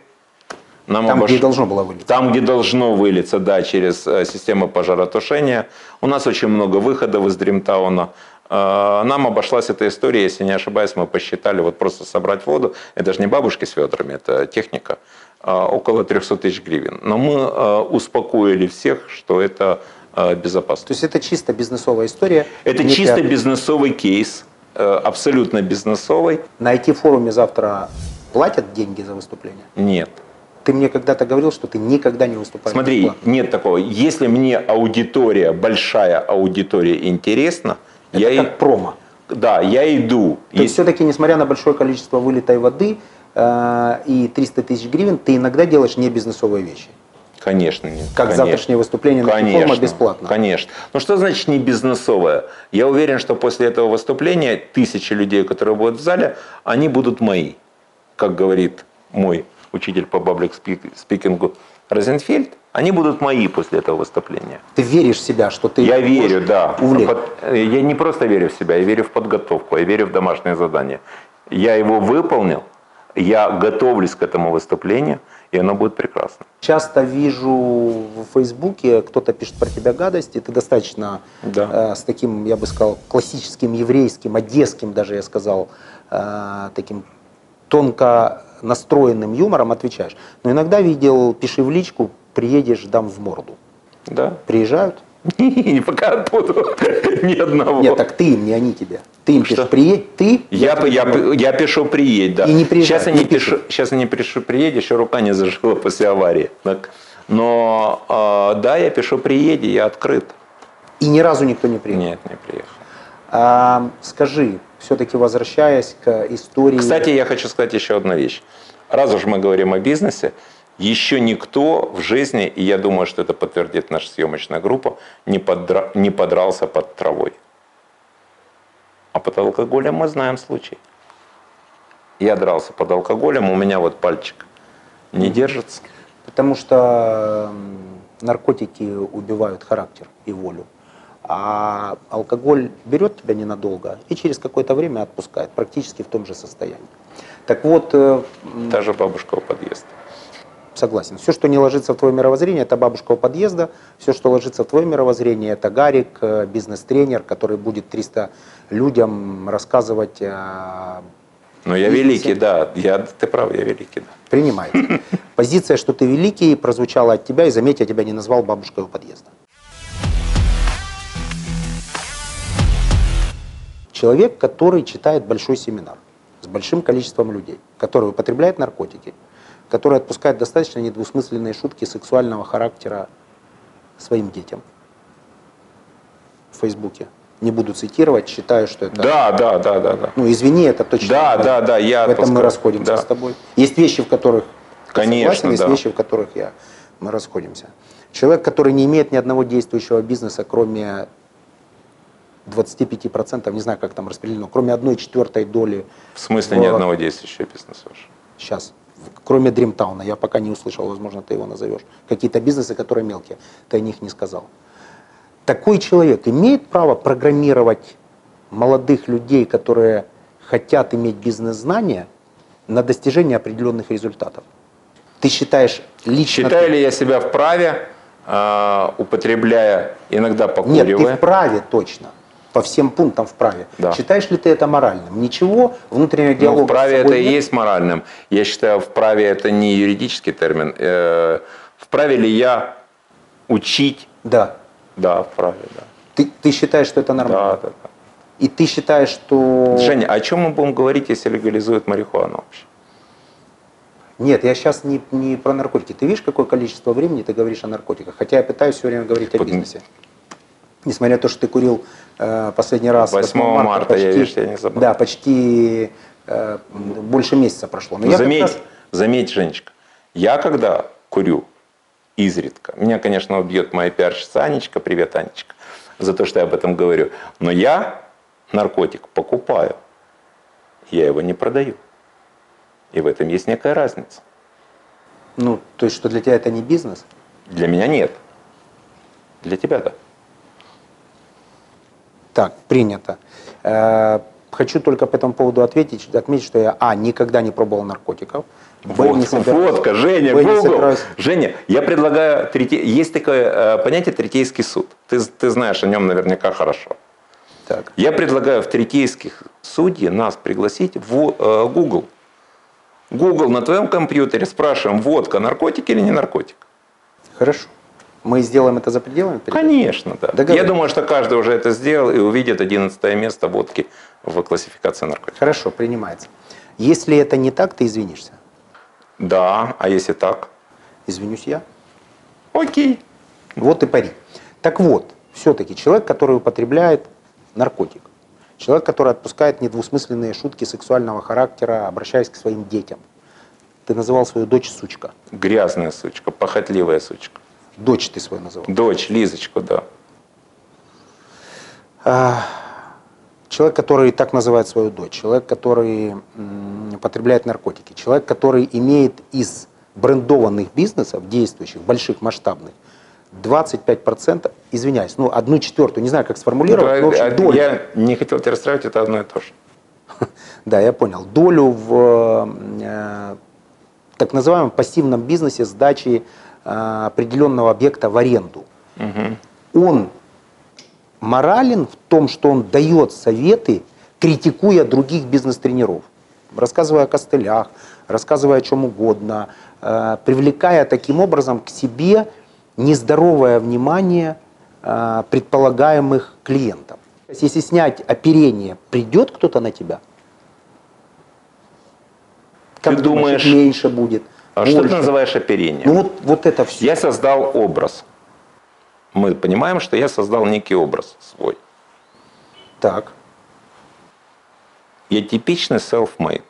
Speaker 1: Нам
Speaker 2: Там, где
Speaker 1: обошлось-
Speaker 2: и должно было вылиться.
Speaker 1: там, где должно вылиться, да, через э, систему пожаротушения. У нас очень много выходов из Дримтауна. Э, Нам обошлась эта история, если не ошибаюсь, мы посчитали, вот просто собрать воду, это же не бабушки с ведрами, это техника, э, около 300 тысяч гривен. Но мы э, успокоили всех, что это э, безопасно.
Speaker 2: То есть это чисто бизнесовая история.
Speaker 1: Это
Speaker 2: Не
Speaker 1: чисто
Speaker 2: пиар.
Speaker 1: бизнесовый кейс, э, абсолютно бизнесовый.
Speaker 2: На IT-форуме завтра платят деньги за выступление?
Speaker 1: Нет,
Speaker 2: Ты мне когда-то говорил, что ты никогда не выступаешь
Speaker 1: Смотри,
Speaker 2: бесплатно.
Speaker 1: нет такого. Если мне аудитория, большая аудитория интересна, я,
Speaker 2: Это
Speaker 1: и-
Speaker 2: как промо.
Speaker 1: да, я иду.
Speaker 2: То есть
Speaker 1: Если-
Speaker 2: все-таки, несмотря на большое количество вылитой воды э, и 300 тысяч гривен, ты иногда делаешь не бизнесовые вещи.
Speaker 1: Конечно, нет.
Speaker 2: Как
Speaker 1: конечно.
Speaker 2: завтрашнее выступление на
Speaker 1: Конечно,
Speaker 2: форуме бесплатно.
Speaker 1: Конечно. Ну что значит не бизнесовое? Я уверен, что после этого выступления тысячи людей, которые будут в зале, они будут мои. Как говорит мой учитель по паблик-спикингу Розенфельд, они будут мои после этого выступления.
Speaker 2: Ты веришь в себя, что ты
Speaker 1: Я
Speaker 2: можешь
Speaker 1: верю, да.
Speaker 2: увлечь.
Speaker 1: Под- э, Я не просто верю в себя, я верю в подготовку, я верю в домашнее задание. Я его выполнил, я готовлюсь к этому выступлению, и оно будет прекрасно.
Speaker 2: Часто вижу в Фейсбуке, кто-то пишет про тебя гадости, ты достаточно
Speaker 1: Да.
Speaker 2: э, с таким, я бы сказал, классическим еврейским, одесским даже, я сказал, э, таким тонко настроенным юмором отвечаешь. Но иногда видел, пиши в личку, приедешь, дам в морду.
Speaker 1: Да.
Speaker 2: Приезжают?
Speaker 1: Не, пока оттуда ни одного.
Speaker 2: Нет, так ты им, не они тебе. Ты им
Speaker 1: Ну, Что?
Speaker 2: пишешь, приедь, ты.
Speaker 1: Я,
Speaker 2: тебе
Speaker 1: я,
Speaker 2: дам в морду».
Speaker 1: я пишу приедь, да.
Speaker 2: И не приезжай,
Speaker 1: сейчас, они
Speaker 2: не пишут.
Speaker 1: пишу, сейчас они пишу приедь, еще рука не зажила после аварии. Так. Но э, да, я пишу приедь, и я открыт.
Speaker 2: И ни разу никто не приехал.
Speaker 1: Нет, не приехал.
Speaker 2: А, скажи, все-таки возвращаясь к истории...
Speaker 1: Кстати, я хочу сказать еще одну вещь. Раз уж мы говорим о бизнесе, еще никто в жизни, и я думаю, что это подтвердит наша съемочная группа, не, подра- не подрался под травой. А под алкоголем мы знаем случай. Я дрался под алкоголем, у меня вот пальчик не держится.
Speaker 2: Потому что м, наркотики убивают характер и волю. А алкоголь берет тебя ненадолго и через какое-то время отпускает, практически в том же состоянии. Так вот, э, м,
Speaker 1: Та же бабушка у подъезда.
Speaker 2: согласен, все, что не ложится в твое мировоззрение, это бабушка у подъезда, все, что ложится в твое мировоззрение, это Гарик, э, бизнес-тренер, который будет 300 людям рассказывать о
Speaker 1: Но я великий, да. Я, ты прав, я великий, да.
Speaker 2: Принимается. Позиция, что ты великий, прозвучала от тебя, и заметь, я тебя не назвал бабушкой у подъезда. Человек, который читает большой семинар с большим количеством людей, который употребляет наркотики, которые отпускают достаточно недвусмысленные шутки сексуального характера своим детям в Фейсбуке. Не буду цитировать, считаю, что это...
Speaker 1: Да, да, да, да, да.
Speaker 2: Ну, извини, это точно.
Speaker 1: Да,
Speaker 2: не
Speaker 1: да,
Speaker 2: так.
Speaker 1: да, я
Speaker 2: В этом мы
Speaker 1: отпускаю.
Speaker 2: расходимся
Speaker 1: Да.
Speaker 2: с тобой. Есть вещи, в которых ты
Speaker 1: Конечно,
Speaker 2: согласен, есть
Speaker 1: да.
Speaker 2: вещи, в которых я, мы расходимся. Человек, который не имеет ни одного действующего бизнеса, кроме 25%, не знаю, как там распределено, кроме одной четвертой доли
Speaker 1: В смысле ни
Speaker 2: Вот.
Speaker 1: одного действующего бизнеса вашего.
Speaker 2: сейчас, кроме Дримтауна, я пока не услышал, возможно, ты его назовешь, какие-то бизнесы, которые мелкие, ты о них не сказал. Такой человек имеет право программировать молодых людей, которые хотят иметь бизнес-знания, на достижение определенных результатов. Ты считаешь лично...
Speaker 1: Считаю
Speaker 2: ты-
Speaker 1: ли я себя вправе, а, употребляя, иногда покуривая?
Speaker 2: Нет, ты вправе точно. По всем пунктам вправе.
Speaker 1: Да.
Speaker 2: Считаешь ли ты это моральным? Ничего, внутреннего
Speaker 1: Ну,
Speaker 2: диалога... с
Speaker 1: вправе
Speaker 2: собой
Speaker 1: это и
Speaker 2: нет?
Speaker 1: есть моральным. Я считаю, вправе это не юридический термин. Э, Вправе ли я учить?
Speaker 2: Да.
Speaker 1: Да, вправе, да.
Speaker 2: Ты, ты считаешь, что
Speaker 1: Да,
Speaker 2: это нормально?
Speaker 1: да, да.
Speaker 2: И ты считаешь, что...
Speaker 1: Женя, о чем мы будем говорить, если легализуют марихуану вообще?
Speaker 2: Нет, я сейчас не, не про наркотики. Ты видишь, какое количество времени ты говоришь о наркотиках? Хотя я пытаюсь все время говорить о
Speaker 1: Под-
Speaker 2: бизнесе. Несмотря на то, что ты курил э, последний раз
Speaker 1: 8 марта, я, видишь, я не забыл.
Speaker 2: Да, почти э, м, больше месяца прошло. Но Ну, я как
Speaker 1: заметь,
Speaker 2: раз-
Speaker 1: заметь, Женечка, я когда курю изредка, меня, конечно, убьет моя пиарщица Анечка, привет, Анечка, за то, что я об этом говорю, но я наркотик покупаю, я его не продаю. И в этом есть некая разница.
Speaker 2: ну, то есть, что для тебя это не бизнес?
Speaker 1: Для меня нет. Для тебя да.
Speaker 2: Так, принято. Э, хочу только по этому поводу ответить, отметить, что я, а, никогда не пробовал наркотиков. Б, не
Speaker 1: Вот,
Speaker 2: собираюсь-
Speaker 1: фотка, Женя,
Speaker 2: Б, не
Speaker 1: Google.
Speaker 2: собираюсь.
Speaker 1: Женя, я предлагаю, третей- есть такое э, понятие третейский суд. Ты, ты знаешь о нем наверняка хорошо.
Speaker 2: Так.
Speaker 1: Я предлагаю в третейских судьи нас пригласить в э, Google. Google на твоем компьютере спрашиваем, водка, наркотик или не наркотик?
Speaker 2: Хорошо. Мы сделаем это за пределами? передачи?
Speaker 1: Конечно, да.
Speaker 2: Договорились.
Speaker 1: Я думаю, что каждый уже это сделал и увидит 11 место водки в классификации наркотиков.
Speaker 2: Хорошо, принимается. Если это не так, ты извинишься.
Speaker 1: Да, а если так?
Speaker 2: Извинюсь я.
Speaker 1: Окей.
Speaker 2: Вот и пари. Так вот, все-таки человек, который употребляет наркотик, человек, который отпускает недвусмысленные шутки сексуального характера, обращаясь к своим детям. Ты называл свою дочь сучка.
Speaker 1: Грязная сучка, похотливая сучка.
Speaker 2: Дочь ты свою называл.
Speaker 1: Дочь, Лизочку, да.
Speaker 2: А, Человек, который так называет свою дочь, человек, который м, употребляет наркотики, человек, который имеет из брендованных бизнесов, действующих, больших, масштабных, 25%, извиняюсь, ну, одну четвертую, не знаю, как сформулировать,
Speaker 1: Да,
Speaker 2: но, в общем,
Speaker 1: а,
Speaker 2: долю.
Speaker 1: я не хотел тебя расстраивать, это одно и то же.
Speaker 2: Да, я понял. Долю в э, так называемом пассивном бизнесе сдачи э, определенного объекта в аренду. Он морален в том, что он дает советы, критикуя других бизнес-тренеров, рассказывая о костылях, рассказывая о чем угодно, э, привлекая таким образом к себе нездоровое внимание э, предполагаемых клиентов. То есть, Если снять оперение, придет кто-то на тебя?
Speaker 1: Ты
Speaker 2: думаешь,
Speaker 1: думаешь,
Speaker 2: меньше будет?
Speaker 1: А что ты
Speaker 2: больше?
Speaker 1: называешь оперением?
Speaker 2: Ну вот, вот это все.
Speaker 1: Я создал образ. Мы понимаем, что я создал некий образ свой.
Speaker 2: Так,
Speaker 1: Я типичный self-made.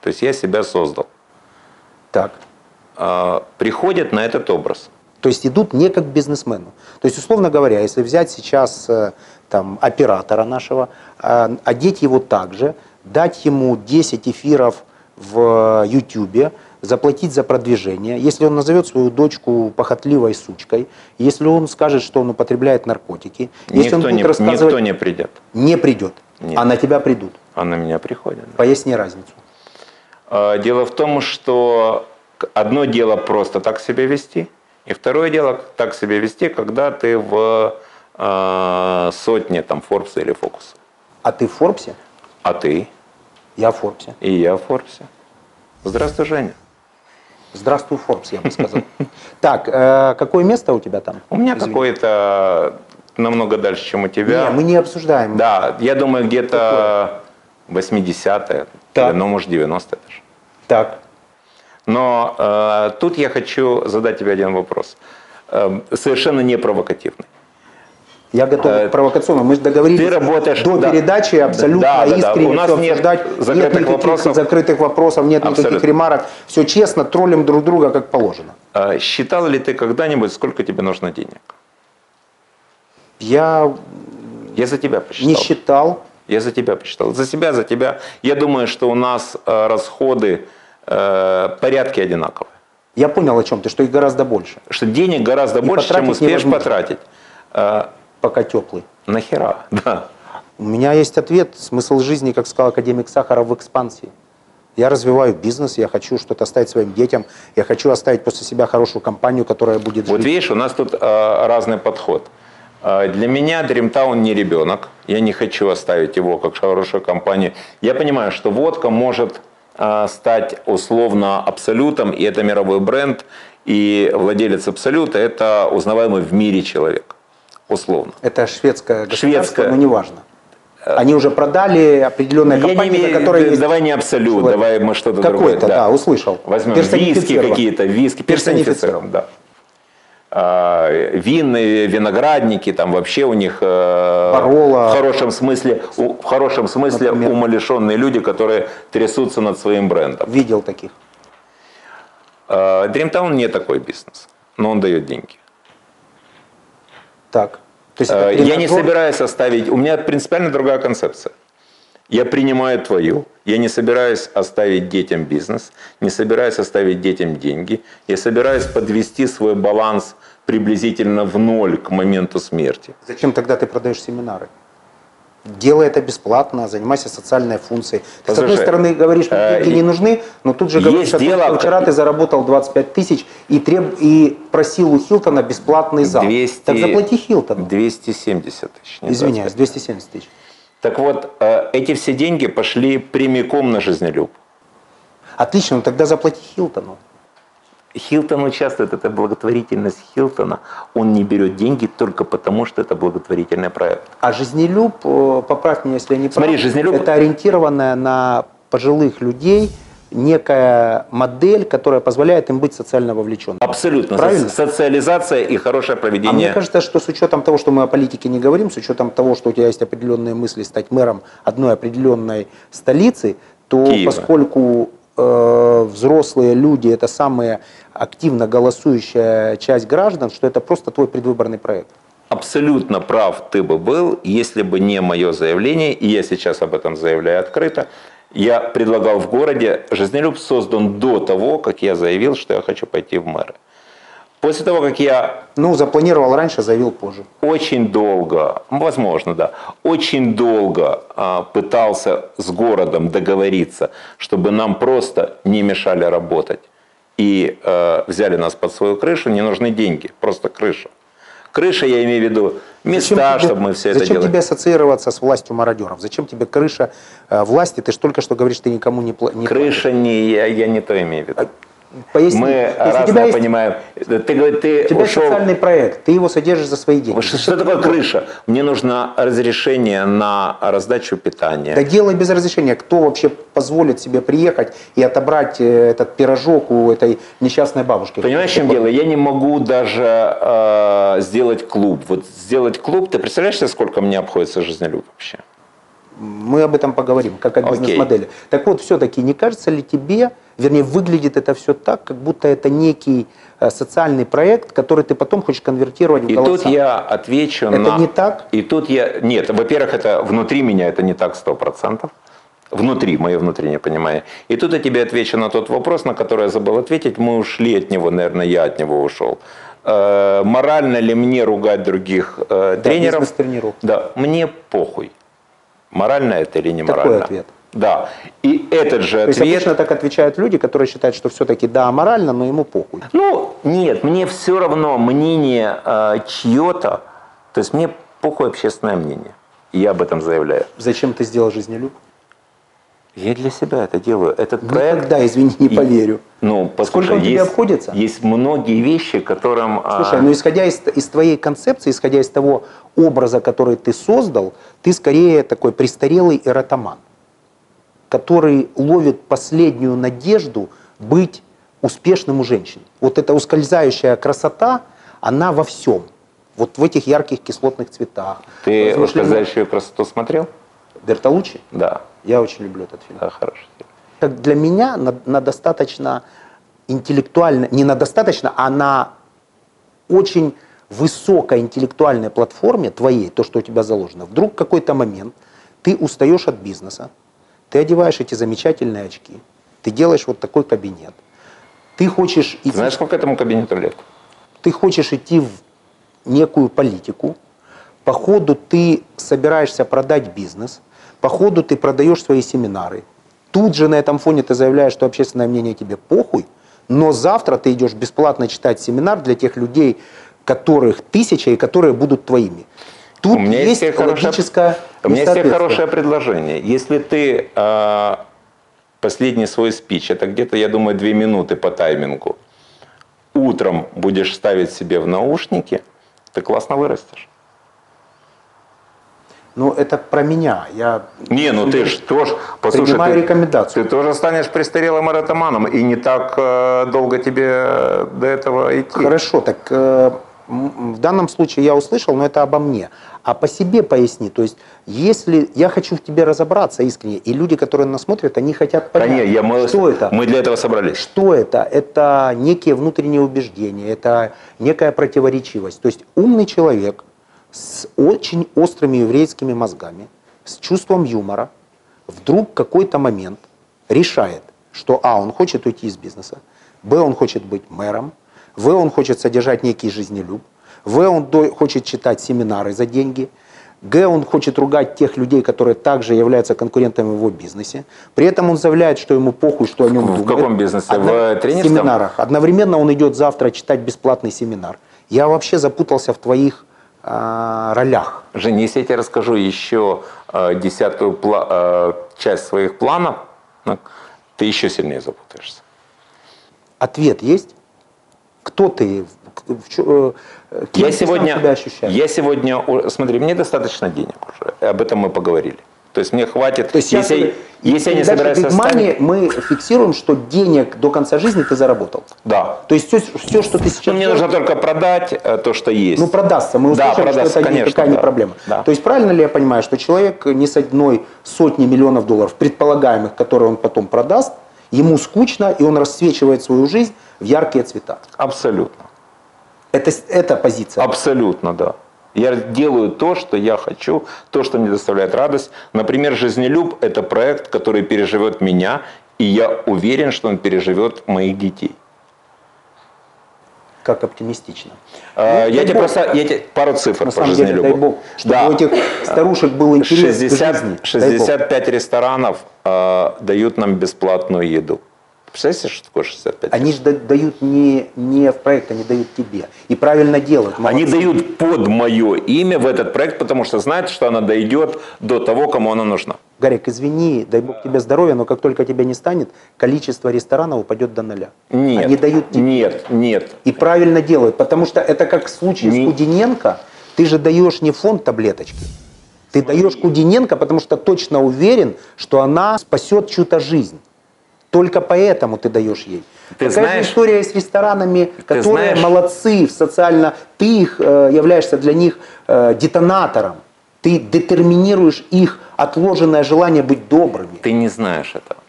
Speaker 1: То есть я себя создал.
Speaker 2: так.
Speaker 1: А, Приходят на этот образ.
Speaker 2: То есть идут не как к бизнесмену. То есть, условно говоря, если взять сейчас э, там, оператора нашего, э, одеть его так же, дать ему 10 эфиров в YouTube, заплатить за продвижение, если он назовет свою дочку похотливой сучкой, если он скажет, что он употребляет наркотики, если он
Speaker 1: никто,
Speaker 2: будет
Speaker 1: не,
Speaker 2: рассказывать,
Speaker 1: никто не придет.
Speaker 2: не придет,
Speaker 1: Нет.
Speaker 2: а на тебя придут.
Speaker 1: А на меня приходят.
Speaker 2: Поясни разницу.
Speaker 1: А, Дело в том, что к- одно дело просто так себя вести, и второе дело так себя вести, когда ты в а, сотне там Форбса или Фокуса.
Speaker 2: А ты в Форбсе?
Speaker 1: А ты?
Speaker 2: Я в Форбсе.
Speaker 1: И я в Форбсе. Здравствуй, Женя.
Speaker 2: Здравствуй, Форбс, я бы сказал. Так, э, какое место у тебя там?
Speaker 1: У меня
Speaker 2: Извини.
Speaker 1: какой-то намного дальше, чем у тебя.
Speaker 2: Не, мы не обсуждаем.
Speaker 1: Да, я думаю, где-то 80-е,
Speaker 2: Так.
Speaker 1: или, ну, может, 90-е даже.
Speaker 2: Так.
Speaker 1: Но э, тут я хочу задать тебе один вопрос, э, совершенно не провокативный.
Speaker 2: Я готов
Speaker 1: Э,
Speaker 2: к провокационному. Мы же договорились
Speaker 1: ты работаешь-
Speaker 2: до
Speaker 1: да.
Speaker 2: передачи абсолютно
Speaker 1: Да, да, да.
Speaker 2: искренне
Speaker 1: У нас
Speaker 2: всё
Speaker 1: нет
Speaker 2: обсуждать.
Speaker 1: закрытых
Speaker 2: никаких
Speaker 1: вопросов.
Speaker 2: закрытых вопросов, нет никаких
Speaker 1: Абсолютно.
Speaker 2: ремарок. Все честно, троллим друг друга, как положено.
Speaker 1: Э, считал ли ты когда-нибудь, сколько тебе нужно денег?
Speaker 2: Я
Speaker 1: Я за тебя посчитал.
Speaker 2: не считал.
Speaker 1: Я за тебя посчитал. За себя, за тебя. Я думаю, что у нас э, расходы э, порядки одинаковые.
Speaker 2: Я понял, о чем ты, что их гораздо больше,
Speaker 1: Что денег гораздо больше, чем
Speaker 2: потратить
Speaker 1: успеешь
Speaker 2: невозможно.
Speaker 1: потратить. Э,
Speaker 2: пока теплый.
Speaker 1: нахера? Да.
Speaker 2: У меня есть ответ. Смысл жизни, как сказал академик Сахаров, в экспансии. Я развиваю бизнес, я хочу что-то оставить своим детям, я хочу оставить после себя хорошую компанию, которая будет
Speaker 1: Вот
Speaker 2: жить.
Speaker 1: видишь, у нас тут э, разный подход. Э, Для меня Dreamtown не ребенок. Я не хочу оставить его как хорошую компанию. Я понимаю, что водка может э, стать условно абсолютом, и это мировой бренд, и владелец абсолюта – это узнаваемый в мире человек. Условно.
Speaker 2: Это шведское государство,
Speaker 1: Шведское. Э, ну,
Speaker 2: но неважно. Они уже продали определенные
Speaker 1: Я не
Speaker 2: компании,
Speaker 1: имею-
Speaker 2: на которые есть
Speaker 1: Давай не абсолют,
Speaker 2: человек.
Speaker 1: давай мы что-то другое.
Speaker 2: Какое-то, да, услышал.
Speaker 1: Возьмем виски
Speaker 2: Персонифицировано.
Speaker 1: какие-то, виски, персонифицирован, да. А, Винные, виноградники, там вообще у них э,
Speaker 2: Барола.
Speaker 1: в хорошем смысле, у- в хорошем смысле
Speaker 2: Например.
Speaker 1: умалишенные люди, которые трясутся над своим брендом.
Speaker 2: Видел таких.
Speaker 1: А, Dreamtown не такой бизнес, но он дает деньги.
Speaker 2: Так. То есть это
Speaker 1: Э, Я не
Speaker 2: тренажер.
Speaker 1: собираюсь оставить. У меня принципиально другая концепция. Я принимаю твою. Я не собираюсь оставить детям бизнес, не собираюсь оставить детям деньги. Я собираюсь подвести свой баланс приблизительно в ноль к моменту смерти.
Speaker 2: Зачем тогда ты продаешь семинары? Делай это бесплатно, занимайся социальной функцией. Ты, с одной
Speaker 1: Послушай,
Speaker 2: стороны, говоришь, мне
Speaker 1: э,
Speaker 2: деньги не
Speaker 1: и-
Speaker 2: нужны, но тут же говоришь,
Speaker 1: есть
Speaker 2: о том,
Speaker 1: дело-
Speaker 2: что вчера ты заработал 25 тысяч и, треб... и просил у Хилтона бесплатный зал.
Speaker 1: 200
Speaker 2: Так заплати Хилтону.
Speaker 1: 270 тысяч. не
Speaker 2: Извиняюсь,
Speaker 1: 25.
Speaker 2: 270 тысяч.
Speaker 1: Так вот, э, эти все деньги пошли прямиком на жизнелюб.
Speaker 2: Отлично, ну тогда заплати Хилтону.
Speaker 1: Хилтон участвует, это благотворительность Хилтона. Он не берет деньги только потому, что это благотворительный проект.
Speaker 2: А жизнелюб, э, поправь меня, если я не прав,
Speaker 1: Смотри, «Жизнелюб»
Speaker 2: это ориентированная на пожилых людей некая модель, которая позволяет им быть социально вовлеченными.
Speaker 1: Абсолютно.
Speaker 2: Правильно?
Speaker 1: Со- Социализация и хорошее
Speaker 2: А
Speaker 1: проведение.
Speaker 2: мне кажется, что с учетом того, что мы о политике не говорим, с учетом того, что у тебя есть определенные мысли стать мэром одной определенной столицы, то
Speaker 1: Киева.
Speaker 2: поскольку э, взрослые люди это самая активно голосующая часть граждан, что это просто твой предвыборный проект.
Speaker 1: Абсолютно прав ты бы был, если бы не мое заявление, и я сейчас об этом заявляю открыто. Я предлагал в городе, жизнелюб создан до того, как я заявил, что я хочу пойти в мэры. После того, как я
Speaker 2: Ну, запланировал раньше, заявил позже.
Speaker 1: очень долго, ну, возможно, да, очень долго а, пытался с городом договориться, чтобы нам просто не мешали работать. И э, взяли нас под свою крышу, не нужны деньги, просто крыша. Крыша, я имею в виду места,
Speaker 2: тебе-
Speaker 1: чтобы мы все это
Speaker 2: зачем
Speaker 1: делали.
Speaker 2: тебе ассоциироваться с властью мародеров? Зачем тебе крыша э, власти? Ты же только что говоришь, ты никому не, пла- не
Speaker 1: Крыша не, я, я не то имею в виду.
Speaker 2: платишь. Поясни.
Speaker 1: Мы
Speaker 2: То есть у тебя
Speaker 1: разное
Speaker 2: есть-
Speaker 1: понимаем. Ты, говорит, ты
Speaker 2: У тебя
Speaker 1: ушел-
Speaker 2: социальный проект, ты его содержишь за свои деньги.
Speaker 1: Что, что такое крыша? Мне нужно разрешение на раздачу питания.
Speaker 2: Да делай без разрешения. Кто вообще позволит себе приехать и отобрать э, этот пирожок у этой несчастной бабушки?
Speaker 1: Понимаешь, в чем дело? Я не могу даже э, сделать клуб. Вот сделать клуб, ты представляешь себе, сколько мне обходится жизнелюб вообще?
Speaker 2: Мы об этом поговорим, как о
Speaker 1: Окей.
Speaker 2: бизнес-модели. Так вот, все-таки не кажется ли тебе, вернее, выглядит это все так, как будто это некий э, социальный проект, который ты потом хочешь конвертировать в
Speaker 1: И
Speaker 2: голоса?
Speaker 1: тут я отвечу
Speaker 2: Это
Speaker 1: на...
Speaker 2: не так?
Speaker 1: И тут я... Нет, во-первых, это внутри меня это не так 100%. Внутри, мое внутреннее понимание. И тут я тебе отвечу на тот вопрос, на который я забыл ответить. Мы ушли от него, наверное, я от него ушел. Э, морально ли мне ругать других э,
Speaker 2: Да,
Speaker 1: тренеров?
Speaker 2: бизнес-тренировка.
Speaker 1: Да, мне похуй. Морально это или не
Speaker 2: Такой
Speaker 1: морально.
Speaker 2: ответ.
Speaker 1: Да. И этот же
Speaker 2: То есть
Speaker 1: ответ...
Speaker 2: обычно так отвечают люди, которые считают, что все-таки да, аморально, но ему похуй.
Speaker 1: Ну, нет, мне все равно мнение э, чье-то, то есть мне похуй общественное мнение. И я об этом заявляю.
Speaker 2: Зачем ты сделал жизнелюб?
Speaker 1: Я для себя это делаю. Этот проект...
Speaker 2: Никогда, извини, не
Speaker 1: И-
Speaker 2: поверю.
Speaker 1: Ну, послушай,
Speaker 2: Ну, Сколько он тебе
Speaker 1: есть,
Speaker 2: обходится?
Speaker 1: Есть многие вещи, которым... а,
Speaker 2: Слушай, ну исходя из, из твоей концепции, исходя из того образа, который ты создал, ты скорее такой престарелый эротоман, который ловит последнюю надежду быть успешным у женщин. Вот эта ускользающая красота, она во всем. Вот в этих ярких кислотных цветах.
Speaker 1: Ты
Speaker 2: Возможно,
Speaker 1: «Ускользающую красоту» смотрел?
Speaker 2: Бертолуччи?
Speaker 1: Да.
Speaker 2: Я очень люблю этот фильм.
Speaker 1: Да, хороший. фильм.
Speaker 2: Как для меня на, на достаточно интеллектуально, не на достаточно, а на очень высокой интеллектуальной платформе твоей, то, что у тебя заложено, вдруг какой-то момент ты устаешь от бизнеса, ты одеваешь эти замечательные очки, ты делаешь вот такой кабинет, ты хочешь идти,
Speaker 1: Ты знаешь, сколько этому кабинету лет?
Speaker 2: ты хочешь идти в некую политику, по ходу ты собираешься продать бизнес, по ходу ты продаешь свои семинары. Тут же на этом фоне ты заявляешь, что общественное мнение тебе похуй, но завтра ты идешь бесплатно читать семинар для тех людей, которых тысяча и которые будут твоими. Тут
Speaker 1: У меня
Speaker 2: есть
Speaker 1: есть хорошее-
Speaker 2: логическое
Speaker 1: У меня есть тебе
Speaker 2: несоответствие.
Speaker 1: хорошее предложение. Если ты а, последний свой спич, это где-то, я думаю, две минуты по таймингу, утром будешь ставить себе в наушники, ты классно вырастешь.
Speaker 2: Ну, это про меня. Я
Speaker 1: Не, ну ты же тоже, послушай,
Speaker 2: Принимаю
Speaker 1: ты,
Speaker 2: рекомендацию.
Speaker 1: ты тоже станешь престарелым маратоманом, и не так э, долго тебе э, до этого идти.
Speaker 2: Хорошо, так э, м, в данном случае я услышал, но это обо мне. А по себе поясни. То есть, если я хочу в тебе разобраться искренне, и люди, которые нас смотрят, они хотят понять,
Speaker 1: Конечно, я, мы,
Speaker 2: что это.
Speaker 1: мы для этого собрались.
Speaker 2: Что это? Это некие внутренние убеждения, это некая противоречивость. То есть умный человек с очень острыми еврейскими мозгами, с чувством юмора, вдруг какой-то момент решает, что а, он хочет уйти из бизнеса, б, он хочет быть мэром, в, он хочет содержать некий жизнелюб, в, он до- хочет читать семинары за деньги, Г, он хочет ругать тех людей, которые также являются конкурентами в его бизнесе. При этом он заявляет, что ему похуй, что о нем
Speaker 1: В
Speaker 2: думают.
Speaker 1: каком бизнесе? В тренерском?
Speaker 2: семинарах. Одновременно он идет завтра читать бесплатный семинар. Я вообще запутался в твоих а, ролях.
Speaker 1: Женя, если я тебе расскажу еще э, десятую пла- э, часть своих планов, ну, ты еще сильнее запутаешься.
Speaker 2: Ответ есть? Кто ты? В- в чё- э, кем
Speaker 1: я
Speaker 2: ты сам
Speaker 1: сегодня,
Speaker 2: себя ощущаешь?
Speaker 1: я сегодня, у- смотри, мне достаточно денег уже. Об этом мы поговорили. То есть мне хватит.
Speaker 2: То есть сейчас
Speaker 1: если,
Speaker 2: мы-
Speaker 1: если я не
Speaker 2: передача
Speaker 1: собираюсь
Speaker 2: «Big Money»
Speaker 1: оставить,
Speaker 2: мы фиксируем, что денег до конца жизни ты заработал.
Speaker 1: да.
Speaker 2: То есть все, все что ты сейчас
Speaker 1: мне
Speaker 2: делаешь,
Speaker 1: нужно только продать э, то, что есть.
Speaker 2: Ну, продастся. Мы
Speaker 1: Да,
Speaker 2: услышим,
Speaker 1: продастся,
Speaker 2: что это
Speaker 1: конечно,
Speaker 2: никакая
Speaker 1: да.
Speaker 2: не проблема.
Speaker 1: Да.
Speaker 2: То есть правильно ли я понимаю, что человек не с одной сотни миллионов долларов, предполагаемых, которые он потом продаст, ему скучно, и он рассвечивает свою жизнь в яркие цвета.
Speaker 1: Абсолютно.
Speaker 2: Это, с- это позиция.
Speaker 1: Абсолютно, да. Я делаю то, что я хочу, то, что мне доставляет радость. Например, «Жизнелюб» – это проект, который переживет меня, и я уверен, что он переживет моих детей.
Speaker 2: Как оптимистично.
Speaker 1: А,
Speaker 2: Ну,
Speaker 1: я
Speaker 2: дай
Speaker 1: тебе
Speaker 2: бог.
Speaker 1: просто я тебе пару цифр по
Speaker 2: На самом деле,
Speaker 1: «Жизнелюбу».
Speaker 2: дай бог, чтобы
Speaker 1: Да.
Speaker 2: у этих старушек был интерес к
Speaker 1: 60,
Speaker 2: жизни. Дай бог.
Speaker 1: 65 ресторанов а, дают нам бесплатную еду. Представляете, что такое 65
Speaker 2: Они же да- дают не, не в проект, они дают тебе. И правильно делают.
Speaker 1: Они
Speaker 2: Молодцы.
Speaker 1: дают под мое имя в этот проект, потому что знают, что она дойдет до того, кому она нужна.
Speaker 2: Гарик, извини, дай бог тебе здоровья, но как только тебя не станет, количество ресторанов упадет до ноля.
Speaker 1: Нет.
Speaker 2: Они дают тебе.
Speaker 1: Нет, нет.
Speaker 2: И правильно делают, потому что это как в случае
Speaker 1: Не-
Speaker 2: с Кудиненко, ты же даешь не фонд таблеточки. Ты даешь Кудиненко, потому что точно уверен, что она спасет чью-то жизнь. Только поэтому ты даешь ей.
Speaker 1: Ты
Speaker 2: Такая
Speaker 1: знаешь-
Speaker 2: же история и с ресторанами, которые
Speaker 1: знаешь-
Speaker 2: молодцы в социально... Ты их э, являешься для них э, детонатором. Ты детерминируешь их отложенное желание быть добрыми.
Speaker 1: Ты не знаешь этого.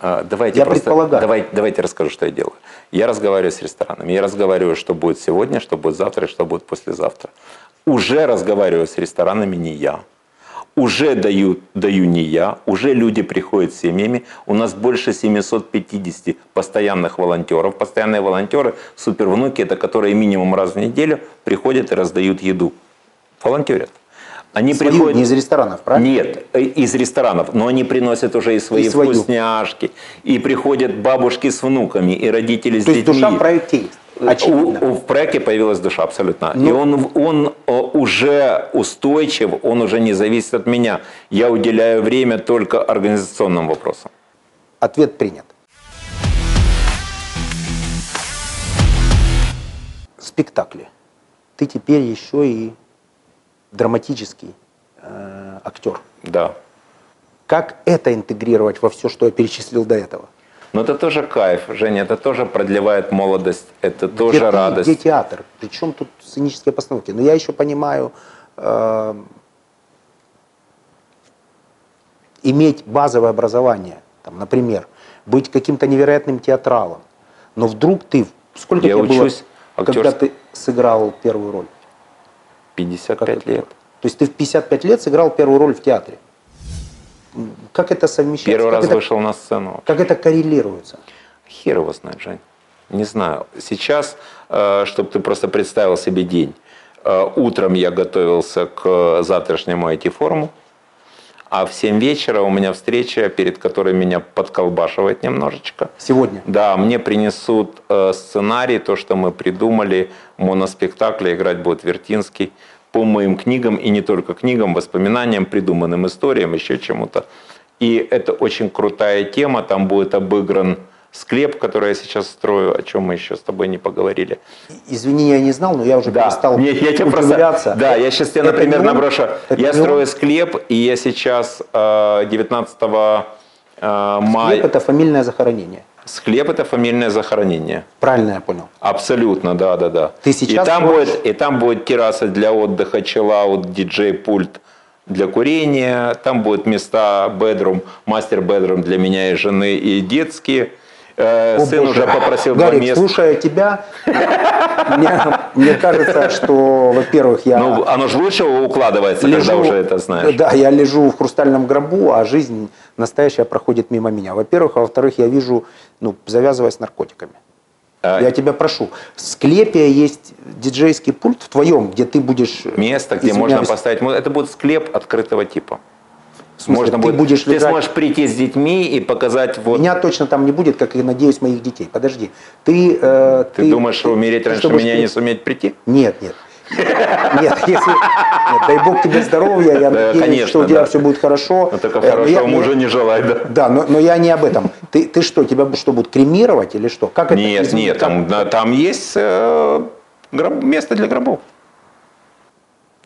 Speaker 1: А, Давайте
Speaker 2: Я
Speaker 1: просто,
Speaker 2: предполагаю.
Speaker 1: Давай, давайте расскажу, что я делаю. Я разговариваю с ресторанами. Я разговариваю, что будет сегодня, что будет завтра и что будет послезавтра. Уже разговариваю с ресторанами не я. Уже даю, даю не я. Уже люди приходят с семьями. У нас больше 750 постоянных волонтеров. Постоянные волонтеры, супервнуки, это которые минимум раз в неделю приходят и раздают еду. Волонтерят. Они
Speaker 2: Свою,
Speaker 1: приходят...
Speaker 2: не из ресторанов, правильно?
Speaker 1: Нет, э, из ресторанов, но они приносят уже и свои
Speaker 2: А? И свою.
Speaker 1: вкусняшки, и приходят бабушки с внуками, и родители с
Speaker 2: То есть
Speaker 1: детьми.
Speaker 2: душа в проекте есть. очевидно.
Speaker 1: У- у- в проекте появилась душа абсолютно.
Speaker 2: Ну.
Speaker 1: И он, в- он э, уже устойчив, он уже не зависит от меня. Я уделяю время только организационным вопросам.
Speaker 2: Ответ принят. Спектакли. Ты теперь еще и драматический э, актер.
Speaker 1: Да.
Speaker 2: Как это интегрировать во все, что я перечислил до этого?
Speaker 1: Но это тоже кайф, Женя, это тоже продлевает молодость, это тоже
Speaker 2: где ты,
Speaker 1: радость.
Speaker 2: Где театр? Причем тут сценические постановки? Но я еще понимаю, э, иметь базовое образование, там, например, быть каким-то невероятным театралом, но вдруг ты... Сколько
Speaker 1: Я
Speaker 2: тебе было,
Speaker 1: учусь
Speaker 2: когда
Speaker 1: актерс-
Speaker 2: ты сыграл первую роль?
Speaker 1: 55
Speaker 2: это
Speaker 1: лет.
Speaker 2: было? То есть ты в 55 лет сыграл первую роль в театре. М, Как это совмещается?
Speaker 1: Первый
Speaker 2: как
Speaker 1: раз
Speaker 2: это,
Speaker 1: вышел на сцену.
Speaker 2: Как это коррелируется?
Speaker 1: Хер его знает, Жень. Не знаю. Сейчас, чтобы ты просто представил себе день. Э, Утром я готовился к завтрашнему IT-форуму, а в 7 вечера у меня встреча, перед которой меня подколбашивает немножечко.
Speaker 2: Сегодня.
Speaker 1: Да, мне принесут э, сценарий, то, что мы придумали, моноспектакль, играть будет Вертинский, по моим книгам, и не только книгам, воспоминаниям, придуманным историям, еще чему-то. И это очень крутая тема, там будет обыгран склеп, который я сейчас строю, о чем мы еще с тобой не поговорили.
Speaker 2: Извини, я не знал, но я уже перестал
Speaker 1: Не, я тебе просто-
Speaker 2: удивляться.
Speaker 1: да, я сейчас тебе,
Speaker 2: Это
Speaker 1: например,
Speaker 2: не он?
Speaker 1: наброшу.
Speaker 2: Это
Speaker 1: Я
Speaker 2: не он?
Speaker 1: строю склеп, и я сейчас э, 19 э,
Speaker 2: Хлеб –
Speaker 1: мая...
Speaker 2: это фамильное захоронение.
Speaker 1: Склеп – это фамильное захоронение.
Speaker 2: Правильно я понял.
Speaker 1: Абсолютно, да, да, да.
Speaker 2: Ты сейчас
Speaker 1: и, там
Speaker 2: можешь-
Speaker 1: будет, и там будет терраса для отдыха, челаут, диджей-пульт для курения, там будут места бедрум, мастер-бедрум для меня и жены, и детские. Э,
Speaker 2: О,
Speaker 1: Сын
Speaker 2: боже.
Speaker 1: уже попросил два
Speaker 2: Гарик,
Speaker 1: места.
Speaker 2: слушая тебя, мне, мне кажется, что, во-первых, я
Speaker 1: Ну, оно же лучше укладывается, когда уже это знаешь.
Speaker 2: Да, я лежу в хрустальном гробу, а жизнь настоящая проходит мимо меня. Во-первых, а во-вторых, я вижу, ну, завязываясь с наркотиками.
Speaker 1: А,
Speaker 2: Я тебя прошу, в склепе есть диджейский пульт в твоем, где ты будешь... э,
Speaker 1: Место, где можно
Speaker 2: извиняюсь,
Speaker 1: поставить... му- Это будет склеп открытого типа.
Speaker 2: в смысле,
Speaker 1: можно
Speaker 2: ты
Speaker 1: будет...
Speaker 2: будешь
Speaker 1: ты
Speaker 2: лежать-
Speaker 1: сможешь прийти с детьми и показать вот...
Speaker 2: Меня точно там не будет, как и, надеюсь, моих детей. Подожди. Ты, э,
Speaker 1: Ты, думаешь, что умереть
Speaker 2: ты
Speaker 1: раньше
Speaker 2: чтобы
Speaker 1: меня
Speaker 2: ты-
Speaker 1: не суметь прийти?
Speaker 2: Нет, нет. Нет, если... Нет, дай бог тебе здоровья,
Speaker 1: Да,
Speaker 2: я надеюсь,
Speaker 1: конечно,
Speaker 2: что у тебя
Speaker 1: да.
Speaker 2: все будет хорошо.
Speaker 1: Ну, только
Speaker 2: Э, но я-
Speaker 1: хорошего
Speaker 2: но я-
Speaker 1: мужа не желай, да.
Speaker 2: Да, но, но я не об этом. Ты, ты что, тебя бу- что, будут кремировать или что? Как это?
Speaker 1: Нет,
Speaker 2: извини,
Speaker 1: нет,
Speaker 2: как-
Speaker 1: там, да, там есть э, гроб- место для гробов.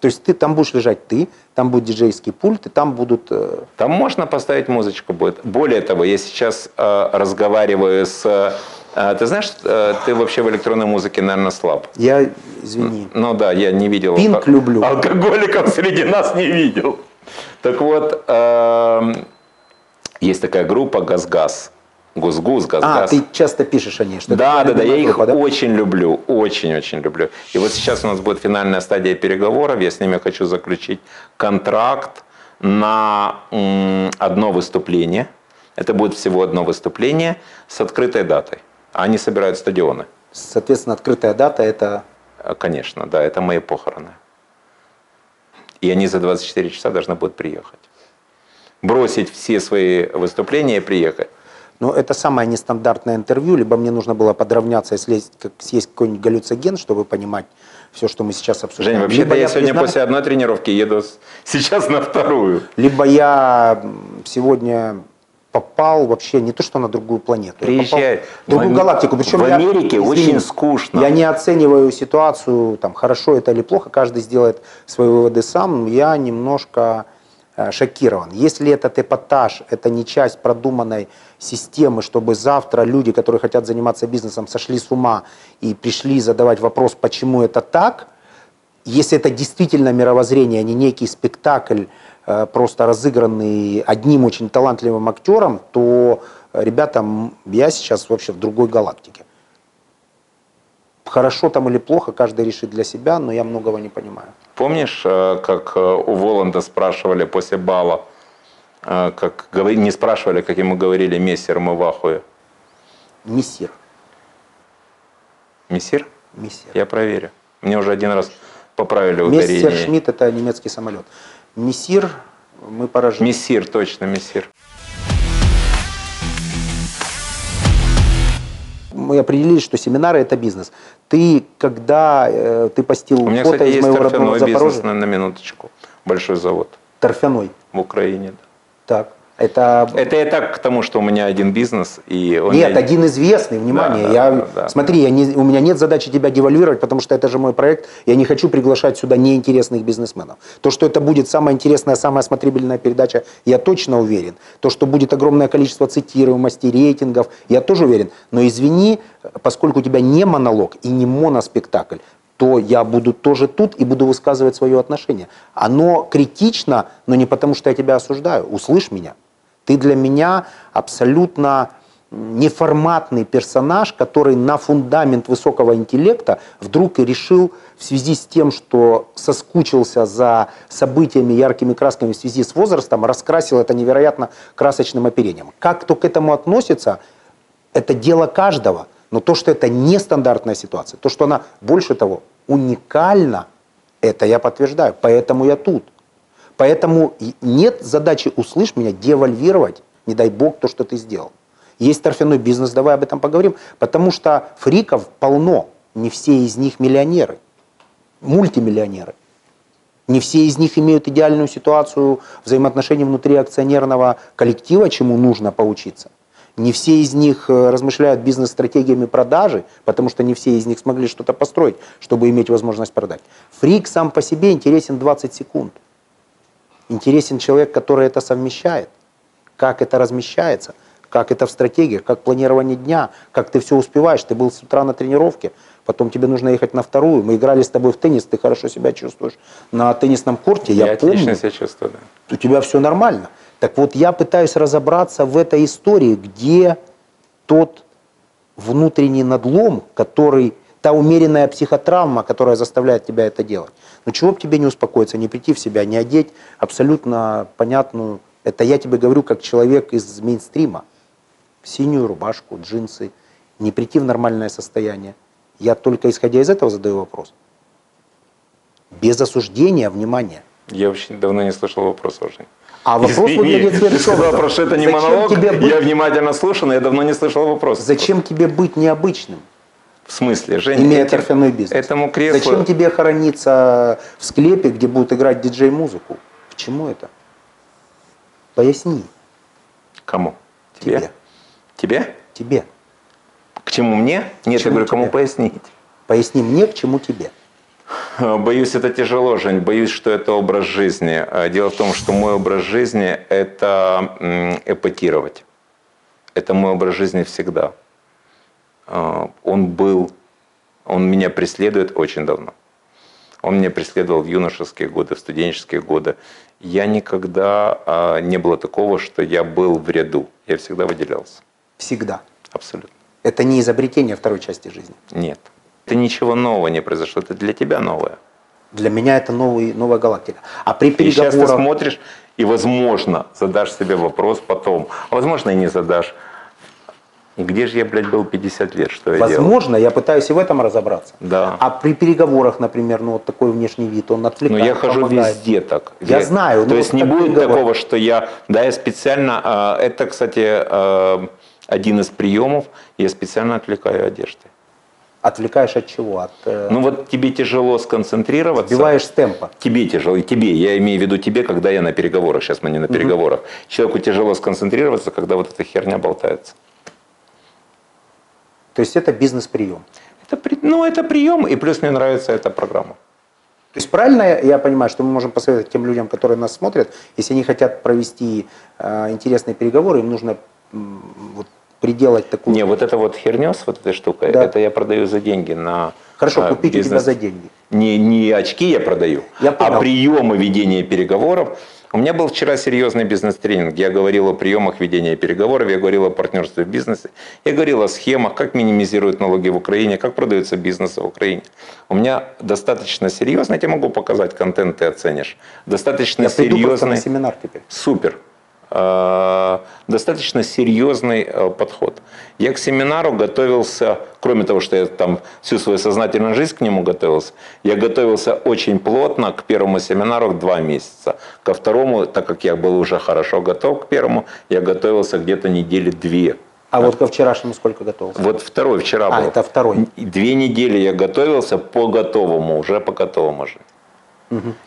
Speaker 2: То есть ты там будешь лежать ты, там будет диджейский пульт, и там будут... э,
Speaker 1: Там можно поставить музычку будет. Более того, я сейчас э, разговариваю с... э, ты знаешь, э, ты вообще в электронной музыке, наверное, слаб.
Speaker 2: Я, извини.
Speaker 1: Ну да, я не видел.
Speaker 2: Пинк
Speaker 1: алко-
Speaker 2: люблю.
Speaker 1: Алкоголиков среди нас не видел. Так вот, эм, есть такая группа «Газгаз». «Гузгуз»,
Speaker 2: А,
Speaker 1: «Газгаз».
Speaker 2: ты часто пишешь о ней, что
Speaker 1: Да, да,
Speaker 2: это
Speaker 1: да,
Speaker 2: твоя
Speaker 1: я
Speaker 2: любимая
Speaker 1: их
Speaker 2: группа, да?
Speaker 1: очень люблю, очень-очень люблю. И вот сейчас у нас будет финальная стадия переговоров, я с ними хочу заключить контракт на м, одно выступление. Это будет всего одно выступление с открытой датой. Они собирают стадионы,
Speaker 2: Соответственно, открытая дата – это...
Speaker 1: Э, конечно, да, это мои похороны. И они за 24 часа должны будут приехать. Бросить все свои выступления и приехать.
Speaker 2: Ну, это самое нестандартное интервью, либо мне нужно было подравняться и слезть, как, съесть какой-нибудь галлюциген, чтобы понимать все, что мы сейчас обсуждаем.
Speaker 1: Жень, вообще-то
Speaker 2: либо
Speaker 1: я, сегодня
Speaker 2: признаю-
Speaker 1: после одной тренировки еду с- сейчас на вторую.
Speaker 2: Либо я м, сегодня попал вообще не то, что на другую планету. я попал
Speaker 1: Приезжай.
Speaker 2: В другую
Speaker 1: В Ам-
Speaker 2: галактику. Причем
Speaker 1: в
Speaker 2: я-
Speaker 1: Америке
Speaker 2: извини,
Speaker 1: очень скучно.
Speaker 2: Я не оцениваю ситуацию, там, хорошо это или плохо. Каждый сделает свои выводы сам. Я немножко э, шокирован. Если этот эпатаж, это не часть продуманной системы, чтобы завтра люди, которые хотят заниматься бизнесом, сошли с ума и пришли задавать вопрос, почему это так, если это действительно мировоззрение, а не некий спектакль, э, просто разыгранный одним очень талантливым актером, то, э, ребята, м, я сейчас вообще в другой галактике. Хорошо там или плохо, каждый решит для себя, но я многого не понимаю.
Speaker 1: Помнишь, э, как э, у Воланда спрашивали после бала, э, как говори- не спрашивали, как ему говорили мессер, мы в ахуе».
Speaker 2: Мессир.
Speaker 1: Мессир?
Speaker 2: Мессир.
Speaker 1: Я проверю. Мне уже один раз поправили
Speaker 2: Мессер
Speaker 1: ударение.
Speaker 2: Шмидт – это немецкий самолет. Мессир, мы поражены.
Speaker 1: Мессир, точно, мессир.
Speaker 2: Мы определили, что семинары – это бизнес. Ты, когда э, ты постил
Speaker 1: У меня,
Speaker 2: фото
Speaker 1: кстати,
Speaker 2: из
Speaker 1: есть
Speaker 2: моего родного
Speaker 1: торфяной бизнес,
Speaker 2: Запорожья?
Speaker 1: на, на минуточку. Большой завод
Speaker 2: Торфяной.
Speaker 1: в Украине. да.
Speaker 2: Так. Это,
Speaker 1: Это я так к тому, что у меня один бизнес, и он...
Speaker 2: нет,
Speaker 1: меня-
Speaker 2: один известный, внимание.
Speaker 1: Да, да,
Speaker 2: я,
Speaker 1: да, да.
Speaker 2: Смотри, я не- у меня нет задачи тебя девальвировать, потому что это же мой проект. Я не хочу приглашать сюда неинтересных бизнесменов. То, что это будет самая интересная, самая смотрибельная передача, я точно уверен. То, что будет огромное количество цитируемости, рейтингов, я тоже уверен. Но извини, поскольку у тебя не монолог и не моноспектакль, то я буду тоже тут и буду высказывать свое отношение. Оно критично, но не потому, что я тебя осуждаю. Услышь меня. Ты для меня абсолютно неформатный персонаж, который на фундамент высокого интеллекта вдруг и решил в связи с тем, что соскучился за событиями, яркими красками в связи с возрастом, раскрасил это невероятно красочным оперением. Как кто к этому относится, это дело каждого. Но то, что это нестандартная ситуация, то, что она, больше того, уникальна, это я подтверждаю. Поэтому я тут. Поэтому и нет задачи, услышь меня, девальвировать, не дай бог, то, что ты сделал. Есть торфяной бизнес, давай об этом поговорим. Потому что фриков полно. Не все из них миллионеры, мультимиллионеры. Не все из них имеют идеальную ситуацию взаимоотношений внутри акционерного коллектива, чему нужно поучиться. Не все из них э, размышляют бизнес-стратегиями продажи, потому что не все из них смогли что-то построить, чтобы иметь возможность продать. Фрик сам по себе интересен 20 секунд. Интересен человек, который это совмещает. Как это размещается, как это в стратегии, как планирование дня, как ты все успеваешь. Ты был с утра на тренировке, потом тебе нужно ехать на вторую. Мы играли с тобой в теннис, ты хорошо себя чувствуешь. На теннисном корте, я,
Speaker 1: Я
Speaker 2: помню,
Speaker 1: отлично себя чувствую, да.
Speaker 2: у тебя все нормально. Так вот, я пытаюсь разобраться в этой истории, где тот внутренний надлом, который, та умеренная психотравма, которая заставляет тебя это делать. Но чего бы тебе не успокоиться, не прийти в себя, не одеть абсолютно понятную, это я тебе говорю как человек из мейнстрима, синюю рубашку, джинсы, не прийти в нормальное состояние. Я только исходя из этого задаю вопрос. Без осуждения, внимания.
Speaker 1: Я очень давно не слышал вопроса уже.
Speaker 2: А вопрос
Speaker 1: Извини,
Speaker 2: выглядит
Speaker 1: ты сказал,
Speaker 2: следующим
Speaker 1: про что это не
Speaker 2: Зачем
Speaker 1: монолог,
Speaker 2: тебе быть-
Speaker 1: я внимательно слушал, но я давно не слышал вопроса.
Speaker 2: Зачем тебе быть необычным,
Speaker 1: В смысле, Женя?
Speaker 2: имея
Speaker 1: эти-
Speaker 2: торфяной бизнес?
Speaker 1: Этому креслу...
Speaker 2: Зачем тебе хорониться в склепе, где будут играть диджей-музыку? К чему это? Поясни
Speaker 1: Кому?
Speaker 2: тебе.
Speaker 1: Тебе? Тебе?
Speaker 2: Тебе.
Speaker 1: К чему мне? Нет, я
Speaker 2: чему
Speaker 1: говорю, кому
Speaker 2: тебе?
Speaker 1: пояснить?
Speaker 2: Поясни мне, к чему тебе.
Speaker 1: Э, Боюсь, это тяжело, Жень. Боюсь, что это образ жизни. Э, Дело в том, что мой образ жизни – это м, эпатировать. Это мой образ жизни всегда. Э, Он был, он меня преследует очень давно. Он меня преследовал в юношеские годы, в студенческие годы. Я никогда а, не было такого, что я был в ряду. Я всегда выделялся.
Speaker 2: Всегда.
Speaker 1: Абсолютно.
Speaker 2: Это не изобретение второй части жизни.
Speaker 1: Нет. Это ничего нового не произошло. Это для тебя новое.
Speaker 2: Для меня это новый, новая галактика. А при
Speaker 1: И сейчас ты
Speaker 2: переговорах...
Speaker 1: смотришь и, возможно, задашь себе вопрос потом. А возможно, и не задашь. Где же я, блядь, был 50 лет? Что я делал?
Speaker 2: Возможно, я пытаюсь и в этом разобраться.
Speaker 1: Да.
Speaker 2: А при переговорах, например, ну вот такой внешний вид, он
Speaker 1: Но
Speaker 2: отвлекает,
Speaker 1: Ну, я хожу
Speaker 2: помогает.
Speaker 1: везде так.
Speaker 2: Я знаю,
Speaker 1: То
Speaker 2: ну,
Speaker 1: есть не
Speaker 2: как ты
Speaker 1: будет
Speaker 2: говоришь.
Speaker 1: такого, что я... Да, я специально... а, Это, кстати, а, один из приемов. Я специально отвлекаю одеждой.
Speaker 2: Отвлекаешь от чего? От, э,
Speaker 1: Ну вот тебе тяжело сконцентрироваться.
Speaker 2: сбиваешь с темпа.
Speaker 1: Тебе тяжело, и тебе, я имею в виду тебе, когда я на переговорах, сейчас мы не на переговорах. Человеку тяжело сконцентрироваться, когда вот эта херня болтается.
Speaker 2: То есть это бизнес-прием.
Speaker 1: Это, при- ну, это прием, и плюс мне нравится эта программа.
Speaker 2: То есть правильно я- я понимаю, что мы можем посоветовать тем людям, которые нас смотрят, если они хотят провести э, интересные переговоры, им нужно м, вот, приделать такую...
Speaker 1: Не, вот эта вот херня с вот этой штукой,
Speaker 2: Да.
Speaker 1: это я продаю за деньги на
Speaker 2: Хорошо,
Speaker 1: а,
Speaker 2: купить у тебя
Speaker 1: бизнес.
Speaker 2: за деньги.
Speaker 1: Не, не очки я продаю,
Speaker 2: Я понял.
Speaker 1: а приемы ведения переговоров. У меня был вчера серьезный бизнес-тренинг. Я говорил о приемах ведения переговоров, я говорил о партнерстве в бизнесе, я говорил о схемах, как минимизируют налоги в Украине, как продаются бизнесы в Украине. У меня достаточно серьезно, я тебе могу показать контент, ты оценишь. Достаточно
Speaker 2: Я приду просто на
Speaker 1: серьезный.
Speaker 2: семинар теперь.
Speaker 1: Супер. Э, Достаточно серьезный э, подход. Я к семинару готовился, кроме того, что я там всю свою сознательную жизнь к нему готовился, я готовился очень плотно к первому семинару два месяца. Ко второму, так как я был уже хорошо готов к первому, я готовился где-то недели две.
Speaker 2: А вот ко вчерашнему сколько готов?
Speaker 1: Вот второй вчера
Speaker 2: А,
Speaker 1: был.
Speaker 2: это второй.
Speaker 1: Две недели я готовился по готовому, уже по готовому же.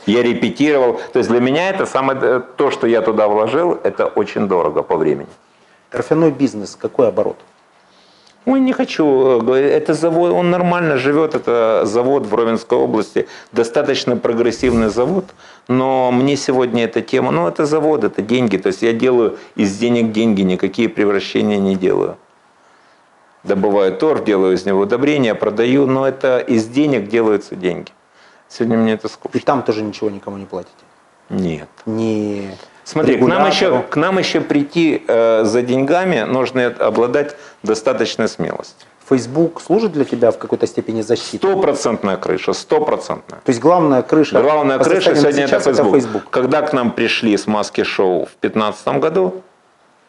Speaker 1: Я репетировал. То есть для меня это самое э, то, что я туда вложил, это очень дорого по времени.
Speaker 2: Торфяной бизнес, какой оборот?
Speaker 1: Ой, не хочу. э, говорить. Это завод, он нормально живет, это завод в Ровенской области, достаточно прогрессивный завод, но мне сегодня эта тема, ну это завод, это деньги, то есть я делаю из денег деньги, никакие превращения не делаю. Добываю торф, делаю из него удобрения, продаю, но это из денег делаются деньги. Сегодня мне это
Speaker 2: И
Speaker 1: скучно.
Speaker 2: там тоже ничего никому не платите.
Speaker 1: Нет.
Speaker 2: Не
Speaker 1: Смотри, к нам, еще,
Speaker 2: регулятору.
Speaker 1: к нам еще прийти э, за деньгами нужно обладать достаточной смелостью.
Speaker 2: Facebook служит для тебя в какой-то степени защитой?
Speaker 1: Стопроцентная крыша, стопроцентная.
Speaker 2: То есть главная крыша.
Speaker 1: Главная
Speaker 2: по
Speaker 1: крыша
Speaker 2: состоянию
Speaker 1: сегодня это
Speaker 2: А сейчас
Speaker 1: Facebook.
Speaker 2: Facebook.
Speaker 1: Когда к нам пришли с маски шоу в 2015 году,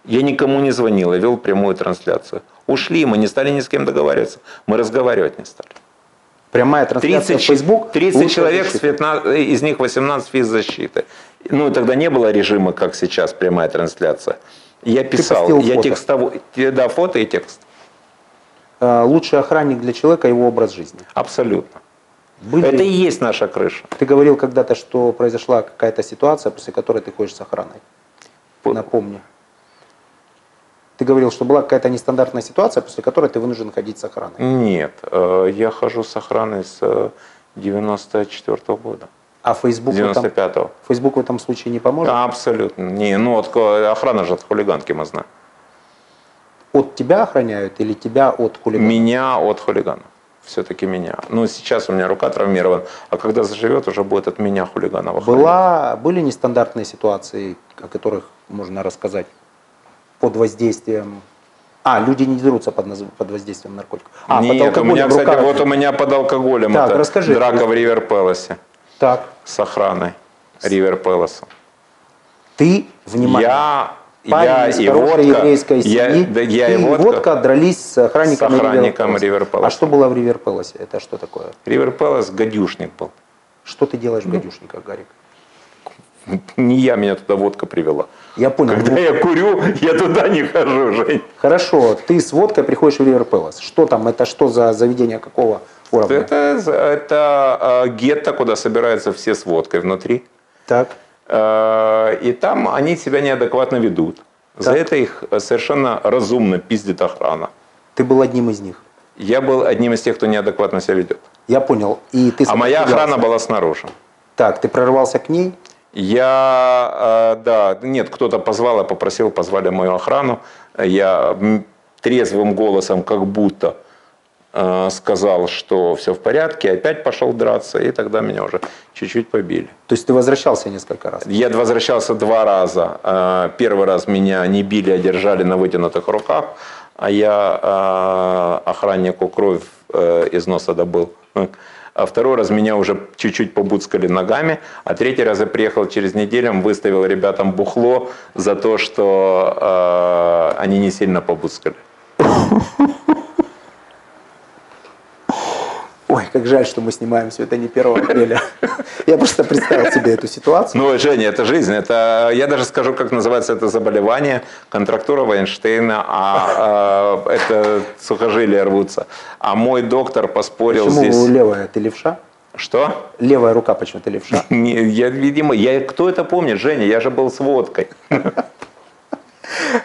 Speaker 1: я никому не звонил, я вел прямую трансляцию. Ушли, мы не стали ни с кем договариваться. Мы разговаривать не стали.
Speaker 2: Прямая трансляция
Speaker 1: 30,
Speaker 2: в Facebook.
Speaker 1: 30
Speaker 2: лучшая
Speaker 1: человек, с
Speaker 2: защита.
Speaker 1: 15 из них 18 физзащиты. Ну, тогда не было режима, как сейчас, прямая трансляция. Я писал,
Speaker 2: постил
Speaker 1: я
Speaker 2: фото.
Speaker 1: текстовой, да, фото и текст.
Speaker 2: Э, Лучший охранник для человека его образ жизни.
Speaker 1: Абсолютно.
Speaker 2: Были-
Speaker 1: Это и есть наша крыша.
Speaker 2: Ты говорил когда-то, что произошла какая-то ситуация, после которой ты ходишь с охраной.
Speaker 1: По-
Speaker 2: Напомни. Ты говорил, что была какая-то нестандартная ситуация, после которой ты вынужден ходить с охраной.
Speaker 1: Нет, э, я хожу с охраной с э, 94 года,
Speaker 2: А Facebook в, этом,
Speaker 1: 95-го.
Speaker 2: Facebook в этом случае не поможет?
Speaker 1: Да, Абсолютно. Не, ну от ко- охрана же от хулиганки, мы знаем.
Speaker 2: От тебя охраняют или тебя от хулигана?
Speaker 1: Меня от хулигана. Все-таки меня. Ну, сейчас у меня рука травмирована, а когда заживет, уже будет от меня хулигана в охране.
Speaker 2: Была, были нестандартные ситуации, о которых можно рассказать под воздействием... А, люди не дерутся под, наз- под воздействием наркотиков. А, под
Speaker 1: Нет, у
Speaker 2: алкоголем
Speaker 1: меня,
Speaker 2: в
Speaker 1: кстати,
Speaker 2: руках.
Speaker 1: вот у меня под алкоголем
Speaker 2: Так,
Speaker 1: это
Speaker 2: расскажи.
Speaker 1: драка в Ривер Пелосе
Speaker 2: Так,
Speaker 1: с охраной Ривер Пелоса.
Speaker 2: ты, внимание,
Speaker 1: Я,
Speaker 2: парень
Speaker 1: я
Speaker 2: из
Speaker 1: и
Speaker 2: хорошей
Speaker 1: водка,
Speaker 2: еврейской семьи,
Speaker 1: я, да, я
Speaker 2: ты
Speaker 1: и водка.
Speaker 2: дрались с охранником,
Speaker 1: С охранником
Speaker 2: River Palace.
Speaker 1: River Palace.
Speaker 2: А что было в Ривер Это что такое?
Speaker 1: Ривер Пелос гадюшник был.
Speaker 2: Что ты делаешь в гадюшниках, Гарик?
Speaker 1: Не я, меня туда водка привела.
Speaker 2: Я понял.
Speaker 1: Когда
Speaker 2: ну,
Speaker 1: я курю, я туда не хожу, Жень.
Speaker 2: Хорошо, ты с водкой приходишь в Ривер Что там? Это что за заведение какого уровня?
Speaker 1: Это, это э, гетто, куда собираются все с водкой внутри.
Speaker 2: Так.
Speaker 1: Э, И там они себя неадекватно ведут. За
Speaker 2: Так.
Speaker 1: это их э, совершенно разумно пиздит охрана.
Speaker 2: Ты был одним из них.
Speaker 1: Я был одним из тех, кто неадекватно себя ведет.
Speaker 2: Я понял. И ты
Speaker 1: А моя
Speaker 2: сопротивлялся.
Speaker 1: охрана была снаружи.
Speaker 2: Так, ты прорвался к ней.
Speaker 1: Я, э, да, нет, кто-то позвал, я попросил, позвали мою охрану. Я м, трезвым голосом как будто э, сказал, что все в порядке, опять пошел драться, и тогда меня уже чуть-чуть побили.
Speaker 2: То есть ты возвращался несколько раз.
Speaker 1: Я возвращался два раза. Э, Первый раз меня не били, а держали на вытянутых руках, а я э, охраннику кровь э, из носа добыл. А второй раз меня уже чуть-чуть побуцкали ногами, а третий раз я приехал через неделю, выставил ребятам бухло за то, что э, они не сильно побуцкали.
Speaker 2: Ой, как жаль, что мы снимаем все это не 1 апреля. Я просто представил себе эту ситуацию.
Speaker 1: Ну, Женя, это жизнь. Это, я даже скажу, как называется это заболевание. Контрактура Вайнштейна, а э, это сухожилия рвутся. А мой доктор поспорил
Speaker 2: Почему
Speaker 1: здесь...
Speaker 2: левая? Ты левша?
Speaker 1: Что?
Speaker 2: Левая рука почему-то левша.
Speaker 1: Не, я, видимо, я, кто это помнит, Женя? Я же был с водкой.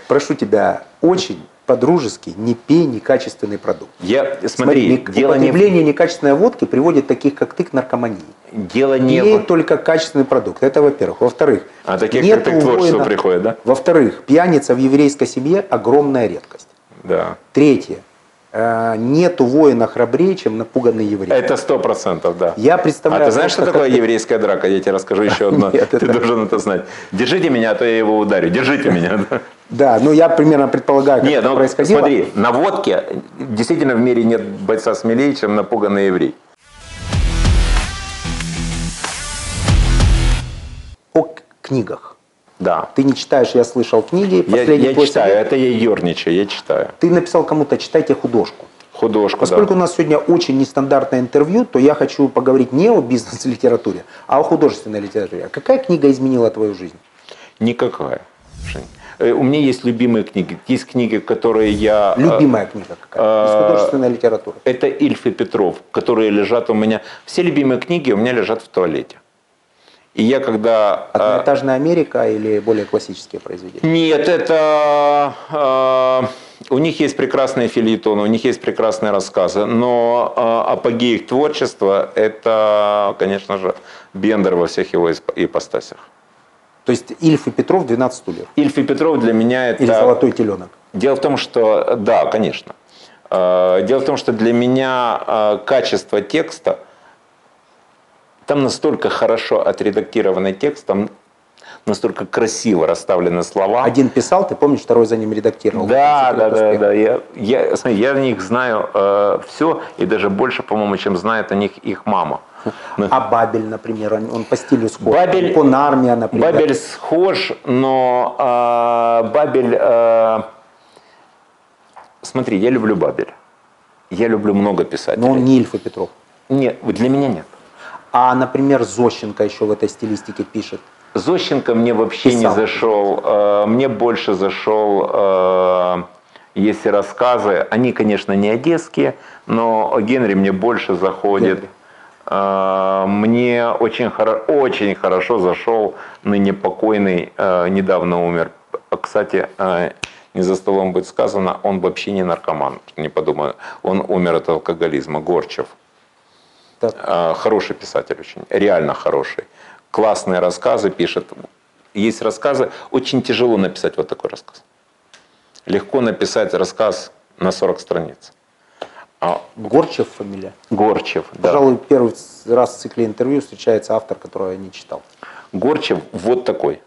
Speaker 2: Прошу тебя, очень по-дружески не пей некачественный продукт.
Speaker 1: Я, смотри,
Speaker 2: нек-
Speaker 1: дело, не, в-
Speaker 2: употребление некачественной водки приводит таких, как ты, к наркомании.
Speaker 1: дело не
Speaker 2: Пей
Speaker 1: в...
Speaker 2: только качественный продукт. Это во-первых. Во-вторых,
Speaker 1: А таких,
Speaker 2: нету
Speaker 1: как ты, к творчеству
Speaker 2: воина-
Speaker 1: приходят, да?
Speaker 2: Во-вторых, пьяница в еврейской семье огромная редкость.
Speaker 1: Да.
Speaker 2: Третье. э, Нету воина храбрее, чем напуганный еврей.
Speaker 1: Это сто процентов, да.
Speaker 2: Я
Speaker 1: А
Speaker 2: представляю...
Speaker 1: ты знаешь, что
Speaker 2: просто, как
Speaker 1: такое
Speaker 2: ты-
Speaker 1: еврейская драка? Я тебе расскажу еще одно.
Speaker 2: Нет,
Speaker 1: Ты
Speaker 2: это-
Speaker 1: должен это знать. Держите меня, а то я его ударю. Держите меня. да.
Speaker 2: Да, ну я примерно предполагаю, как
Speaker 1: Нет,
Speaker 2: это
Speaker 1: ну
Speaker 2: происходило.
Speaker 1: смотри, на водке действительно в мире нет бойца смелее, чем напуганный еврей.
Speaker 2: О к- книгах.
Speaker 1: Да.
Speaker 2: Ты не читаешь, я слышал книги.
Speaker 1: Я,
Speaker 2: Последний
Speaker 1: я
Speaker 2: твой
Speaker 1: читаю,
Speaker 2: совет.
Speaker 1: это я ерничаю, я читаю.
Speaker 2: Ты написал кому-то, читайте художку.
Speaker 1: Художку,
Speaker 2: Поскольку
Speaker 1: да.
Speaker 2: у нас сегодня очень нестандартное интервью, то я хочу поговорить не о бизнес-литературе, а о художественной литературе. А Какая книга изменила твою жизнь?
Speaker 1: Никакая. Жень. Э, У меня есть любимые книги. Есть книги, которые я... э,
Speaker 2: Любимая книга какая? Из
Speaker 1: а,
Speaker 2: художественной литературы.
Speaker 1: Это Ильф и Петров, которые лежат у меня... Все любимые книги у меня лежат в туалете. И я когда... э,
Speaker 2: Одноэтажная Америка или более классические произведения?
Speaker 1: Нет, это э, у них есть прекрасные филитоны, у них есть прекрасные рассказы, но э, апогей их творчества это, конечно же, Бендер во всех его исп- ипостасях.
Speaker 2: То есть Ильф и Петров 12 стульев.
Speaker 1: Ильф и Петров для меня это
Speaker 2: Или Золотой теленок.
Speaker 1: Дело в том, что, да, конечно. Э, Дело в том, что для меня э, качество текста, там настолько хорошо отредактированный текст, там настолько красиво расставлены слова.
Speaker 2: Один писал, ты помнишь, второй за ним редактировал.
Speaker 1: Да,
Speaker 2: Секрет
Speaker 1: да, да,
Speaker 2: успеха.
Speaker 1: да. Я, я, смотри, я о них знаю все, и даже больше, по-моему, чем знает о них их мама. Ну,
Speaker 2: А Бабель, например, он, он по стилю схож.
Speaker 1: Бабель-
Speaker 2: Конармия, например.
Speaker 1: Бабель схож, но э, Бабель... э, смотри, я люблю Бабель. Я люблю много писателей.
Speaker 2: Но он не Ильф и Петров.
Speaker 1: Нет, вот для меня нет.
Speaker 2: А, например, Зощенко еще в этой стилистике пишет.
Speaker 1: Зощенко мне вообще
Speaker 2: Писал.
Speaker 1: не зашел. э, Мне больше зашел, э, если рассказы, они, конечно, не одесские, но Генри мне больше заходит.
Speaker 2: Генри.
Speaker 1: Э, Мне очень, хоро- очень хорошо зашел ныне покойный, э, недавно умер. А, Кстати, э, не за столом будет сказано, он вообще не наркоман, не подумаю. Он умер от алкоголизма, Горчев.
Speaker 2: Так,
Speaker 1: А, Хороший писатель очень, реально хороший. Классные рассказы пишет. Есть рассказы, очень тяжело написать вот такой рассказ. Легко написать рассказ на 40 страниц. А,
Speaker 2: Горчев фамилия.
Speaker 1: Горчев, да.
Speaker 2: Пожалуй, первый раз в цикле интервью встречается автор, которого я не читал.
Speaker 1: Горчев вот такой.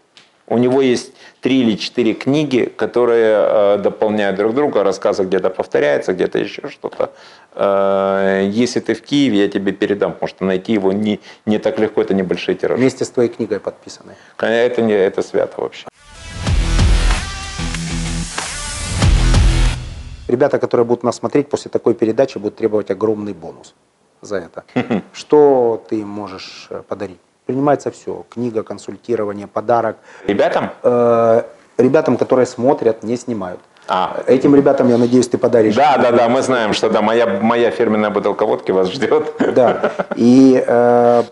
Speaker 1: У него есть три или четыре книги, которые э, дополняют друг друга, рассказы где-то повторяются, где-то еще что-то. Э, если ты в Киеве, я тебе передам, потому что найти его не, не так легко, это небольшие тиражи.
Speaker 2: Вместе с твоей книгой подписанной.
Speaker 1: Это не это свято вообще.
Speaker 2: Ребята, которые будут нас смотреть после такой передачи, будут требовать огромный бонус за это. Что ты можешь э, подарить? Принимается все. Книга, консультирование, подарок.
Speaker 1: Ребятам?
Speaker 2: Э, Ребятам, которые смотрят, не снимают.
Speaker 1: А.
Speaker 2: Этим ребятам, я надеюсь, ты подаришь.
Speaker 1: Да, да, да, мы знаем, что да, моя, моя фирменная бутылка водки вас ждет.
Speaker 2: Да. И э,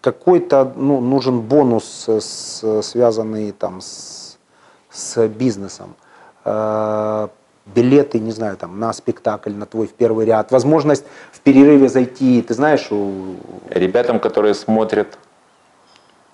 Speaker 2: какой-то ну, нужен бонус, э, с- связанный там с, с бизнесом. Э, билеты, не знаю, там, на спектакль, на твой в первый ряд. Возможность в перерыве зайти, ты знаешь, у,
Speaker 1: Ребятам, которые смотрят,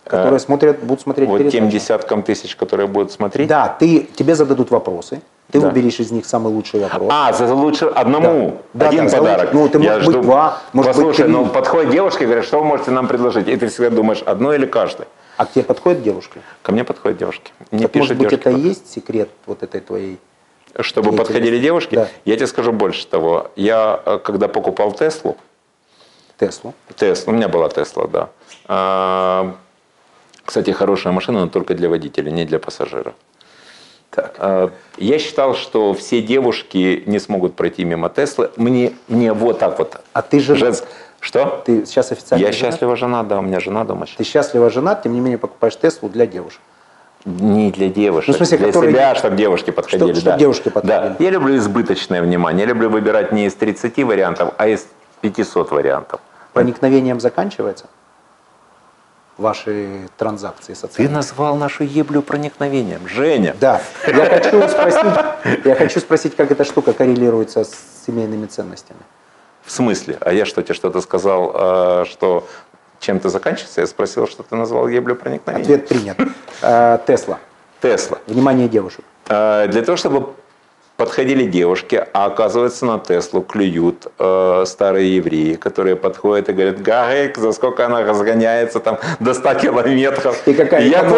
Speaker 2: которые смотрят, будут смотреть
Speaker 1: А, вот тем
Speaker 2: передачу.
Speaker 1: десяткам тысяч, которые будут смотреть.
Speaker 2: Да, ты, тебе зададут вопросы, ты
Speaker 1: Да.
Speaker 2: выберешь из них самый лучший вопрос.
Speaker 1: А, за лучше одному
Speaker 2: Да.
Speaker 1: один
Speaker 2: Да, да, за
Speaker 1: подарок.
Speaker 2: лучше- ну, ты,
Speaker 1: Я
Speaker 2: может быть,
Speaker 1: жду.
Speaker 2: два, может быть,
Speaker 1: Послушай,
Speaker 2: три.
Speaker 1: ну подходит девушка и говорит, что вы можете нам предложить? И ты всегда думаешь, одно или каждый?
Speaker 2: А к тебе подходит девушка?
Speaker 1: Ко мне подходят девушки. Мне
Speaker 2: Так,
Speaker 1: пишут
Speaker 2: может быть,
Speaker 1: девушки,
Speaker 2: это и
Speaker 1: под-
Speaker 2: есть секрет вот этой твоей
Speaker 1: чтобы
Speaker 2: Мне
Speaker 1: подходили
Speaker 2: интересно.
Speaker 1: девушки.
Speaker 2: Да.
Speaker 1: Я тебе скажу больше того. Я, э, когда покупал Теслу,
Speaker 2: Теслу?
Speaker 1: Тесла. У меня была Тесла, да. А, Кстати, хорошая машина, но только для водителя, не для пассажира.
Speaker 2: Так.
Speaker 1: А, Я считал, что все девушки не смогут пройти мимо Теслы. Мне, мне вот так вот.
Speaker 2: А ты же...
Speaker 1: Женс- Что?
Speaker 2: Ты сейчас официально
Speaker 1: Я
Speaker 2: женат?
Speaker 1: счастлива жена, да, у меня жена дома.
Speaker 2: Ты
Speaker 1: щас-
Speaker 2: счастливо женат, тем не менее покупаешь Теслу для девушек.
Speaker 1: Не для девушек,
Speaker 2: Ну, в смысле,
Speaker 1: для
Speaker 2: которые-
Speaker 1: себя, чтобы девушки подходили.
Speaker 2: чтоб
Speaker 1: да.
Speaker 2: девушки подходили.
Speaker 1: Да. Я люблю избыточное внимание. Я люблю выбирать не из 30 вариантов, а из 500 вариантов.
Speaker 2: Проникновением заканчивается ваши транзакции
Speaker 1: Ты
Speaker 2: социальные?
Speaker 1: назвал нашу еблю проникновением. Женя.
Speaker 2: Да. Я хочу, спросить, я хочу спросить, как эта штука коррелируется с семейными ценностями.
Speaker 1: В смысле? А я что, тебе что-то сказал, э, что чем ты заканчивается? Я спросил, что ты назвал еблю проникновения.
Speaker 2: Ответ принят. Э, Тесла.
Speaker 1: Тесла.
Speaker 2: Внимание девушек.
Speaker 1: Э, Для того, чтобы подходили девушки, а оказывается на Теслу клюют э, старые евреи, которые подходят и говорят, Гарик, за сколько она разгоняется там до 100 километров.
Speaker 2: И какая
Speaker 1: я
Speaker 2: экономия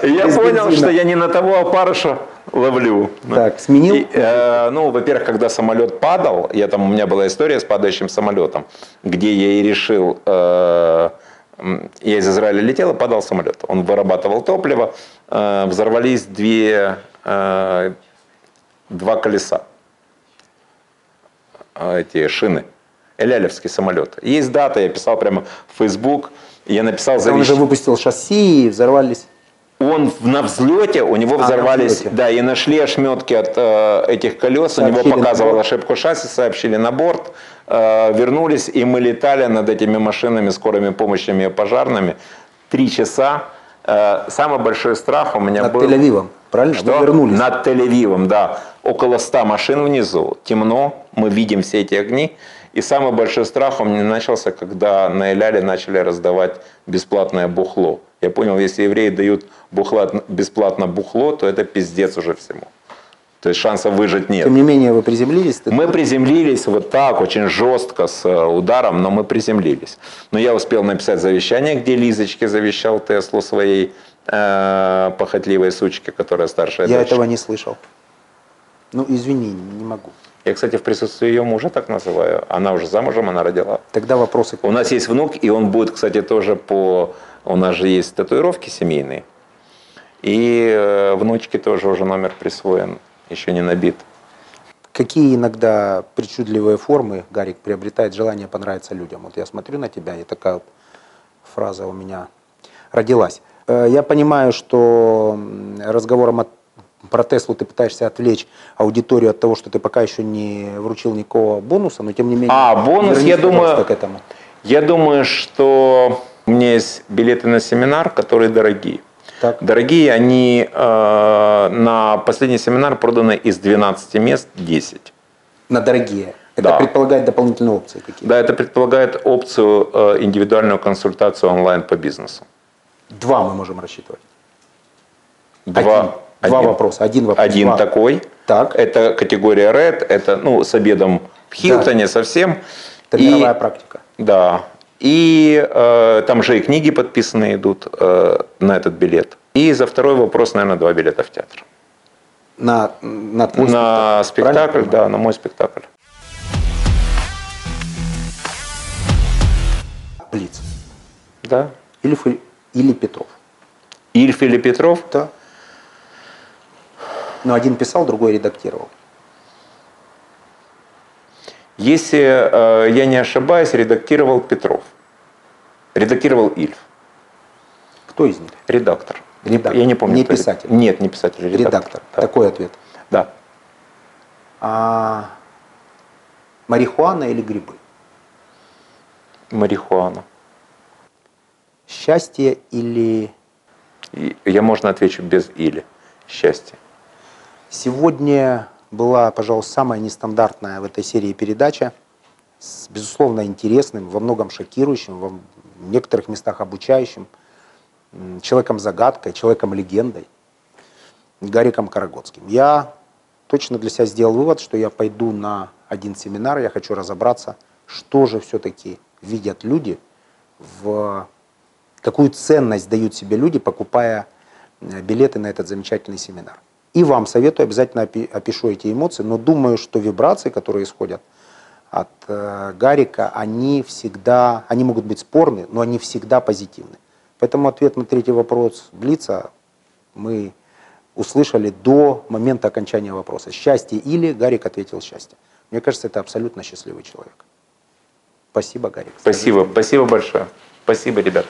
Speaker 1: понял, я
Speaker 2: без
Speaker 1: понял
Speaker 2: бензина.
Speaker 1: что я не на того опарыша ловлю.
Speaker 2: Так, сменил?
Speaker 1: И, э, ну, во-первых, когда самолет падал, я там, у меня была история с падающим самолетом, где я и решил, э, м, я из Израиля летел, и падал самолет. Он вырабатывал топливо, э, взорвались две, э, два колеса, а, эти шины. Элялевский самолет. Есть дата, я писал прямо в Facebook, я написал
Speaker 2: Он
Speaker 1: завещание.
Speaker 2: же выпустил шасси и взорвались.
Speaker 1: Он в- на взлете, у него
Speaker 2: А, на
Speaker 1: взорвались,
Speaker 2: взлете.
Speaker 1: да, и нашли ошметки от э, этих колес, у
Speaker 2: Сообщили
Speaker 1: него
Speaker 2: на
Speaker 1: показывал
Speaker 2: борт.
Speaker 1: ошибку шасси, сообщили на борт, э, вернулись, и мы летали над этими машинами, скорыми помощями и пожарными три часа. Э, Самый большой страх у меня
Speaker 2: Над
Speaker 1: был...
Speaker 2: Тель-Авивом, правильно? Вы
Speaker 1: Что?
Speaker 2: вернулись.
Speaker 1: Над Тель-Авивом, да. Около 100 машин внизу, темно, мы видим все эти огни. И самый большой страх у меня начался, когда на Эляле начали раздавать бесплатное бухло. Я понял, если евреи дают бухла- бесплатно бухло, то это пиздец уже всему. То есть шансов выжить нет.
Speaker 2: Тем не менее, вы приземлились. ты-
Speaker 1: Мы приземлились вот так, очень жестко, с э, ударом, но мы приземлились. Но я успел написать завещание, где Лизочке завещал Теслу своей э, похотливой сучке, которая старшая
Speaker 2: Я
Speaker 1: дочь.
Speaker 2: этого не слышал. Ну, извини, не могу.
Speaker 1: Я, кстати, в присутствии ее мужа так называю. Она уже замужем, она родила.
Speaker 2: Тогда вопросы.
Speaker 1: У нас есть внук, и он будет, кстати, тоже по... У нас же есть татуировки семейные. И э, внучке тоже уже номер присвоен, еще не набит.
Speaker 2: Какие иногда причудливые формы Гарик приобретает желание понравиться людям? Вот я смотрю на тебя, и такая вот фраза у меня родилась. Э, Я понимаю, что м, разговором о- про Теслу ты пытаешься отвлечь аудиторию от того, что ты пока еще не вручил никакого бонуса, но тем не менее...
Speaker 1: А, бонус,
Speaker 2: вернись,
Speaker 1: я думаю-
Speaker 2: пожалуйста, к этому.
Speaker 1: Я думаю, что у меня есть билеты на семинар, которые дорогие.
Speaker 2: Так.
Speaker 1: Дорогие, они э, на последний семинар проданы из 12 мест 10.
Speaker 2: На дорогие. Это
Speaker 1: Да.
Speaker 2: предполагает дополнительные опции какие-то.
Speaker 1: Да, это предполагает опцию э, индивидуальную консультацию онлайн по бизнесу.
Speaker 2: Два мы можем рассчитывать.
Speaker 1: Два,
Speaker 2: Один. Два вопроса. Один вопрос.
Speaker 1: Один
Speaker 2: Два.
Speaker 1: такой.
Speaker 2: Так.
Speaker 1: Это категория Red, это ну, с обедом в Хилтоне совсем.
Speaker 2: Это
Speaker 1: И-
Speaker 2: мировая практика.
Speaker 1: Да. И э, там же и книги подписанные идут э, на этот билет. И за второй вопрос, наверное, два билета в театр.
Speaker 2: На, на твой
Speaker 1: на спектакль,
Speaker 2: правильно
Speaker 1: да, на мой спектакль.
Speaker 2: понимаю? Блиц.
Speaker 1: Да.
Speaker 2: Или, Фу- или Петров.
Speaker 1: Ильф или Петров?
Speaker 2: Да. Но один писал, другой редактировал.
Speaker 1: Если э, я не ошибаюсь, редактировал Петров. Редактировал Ильф.
Speaker 2: Кто из них?
Speaker 1: Редактор. Не-
Speaker 2: Редактор.
Speaker 1: Я не помню.
Speaker 2: Не
Speaker 1: кто ред-
Speaker 2: писатель.
Speaker 1: Нет, не писатель. а Редактор.
Speaker 2: Редактор.
Speaker 1: Да.
Speaker 2: Такой ответ.
Speaker 1: Да.
Speaker 2: А марихуана или грибы?
Speaker 1: Марихуана.
Speaker 2: Счастье или...
Speaker 1: И я можно отвечу без или. Счастье.
Speaker 2: Сегодня была, пожалуй, самая нестандартная в этой серии передача с, безусловно, интересным, во многом шокирующим, во м- в некоторых местах обучающим, м, человеком-загадкой, человеком-легендой, Гариком Карагодским. Я точно для себя сделал вывод, что я пойду на один семинар, я хочу разобраться, что же все-таки видят люди, в какую ценность дают себе люди, покупая э, билеты на этот замечательный семинар. И вам советую, обязательно опи- опишу эти эмоции, но думаю, что вибрации, которые исходят от э, Гарика, они всегда, они могут быть спорны, но они всегда позитивны. Поэтому ответ на третий вопрос а Блица мы услышали до момента окончания вопроса. Счастье или Гарик ответил счастье. Мне кажется, это абсолютно счастливый человек. Спасибо, Гарик.
Speaker 1: Спасибо. Спасибо большое. Спасибо, ребят.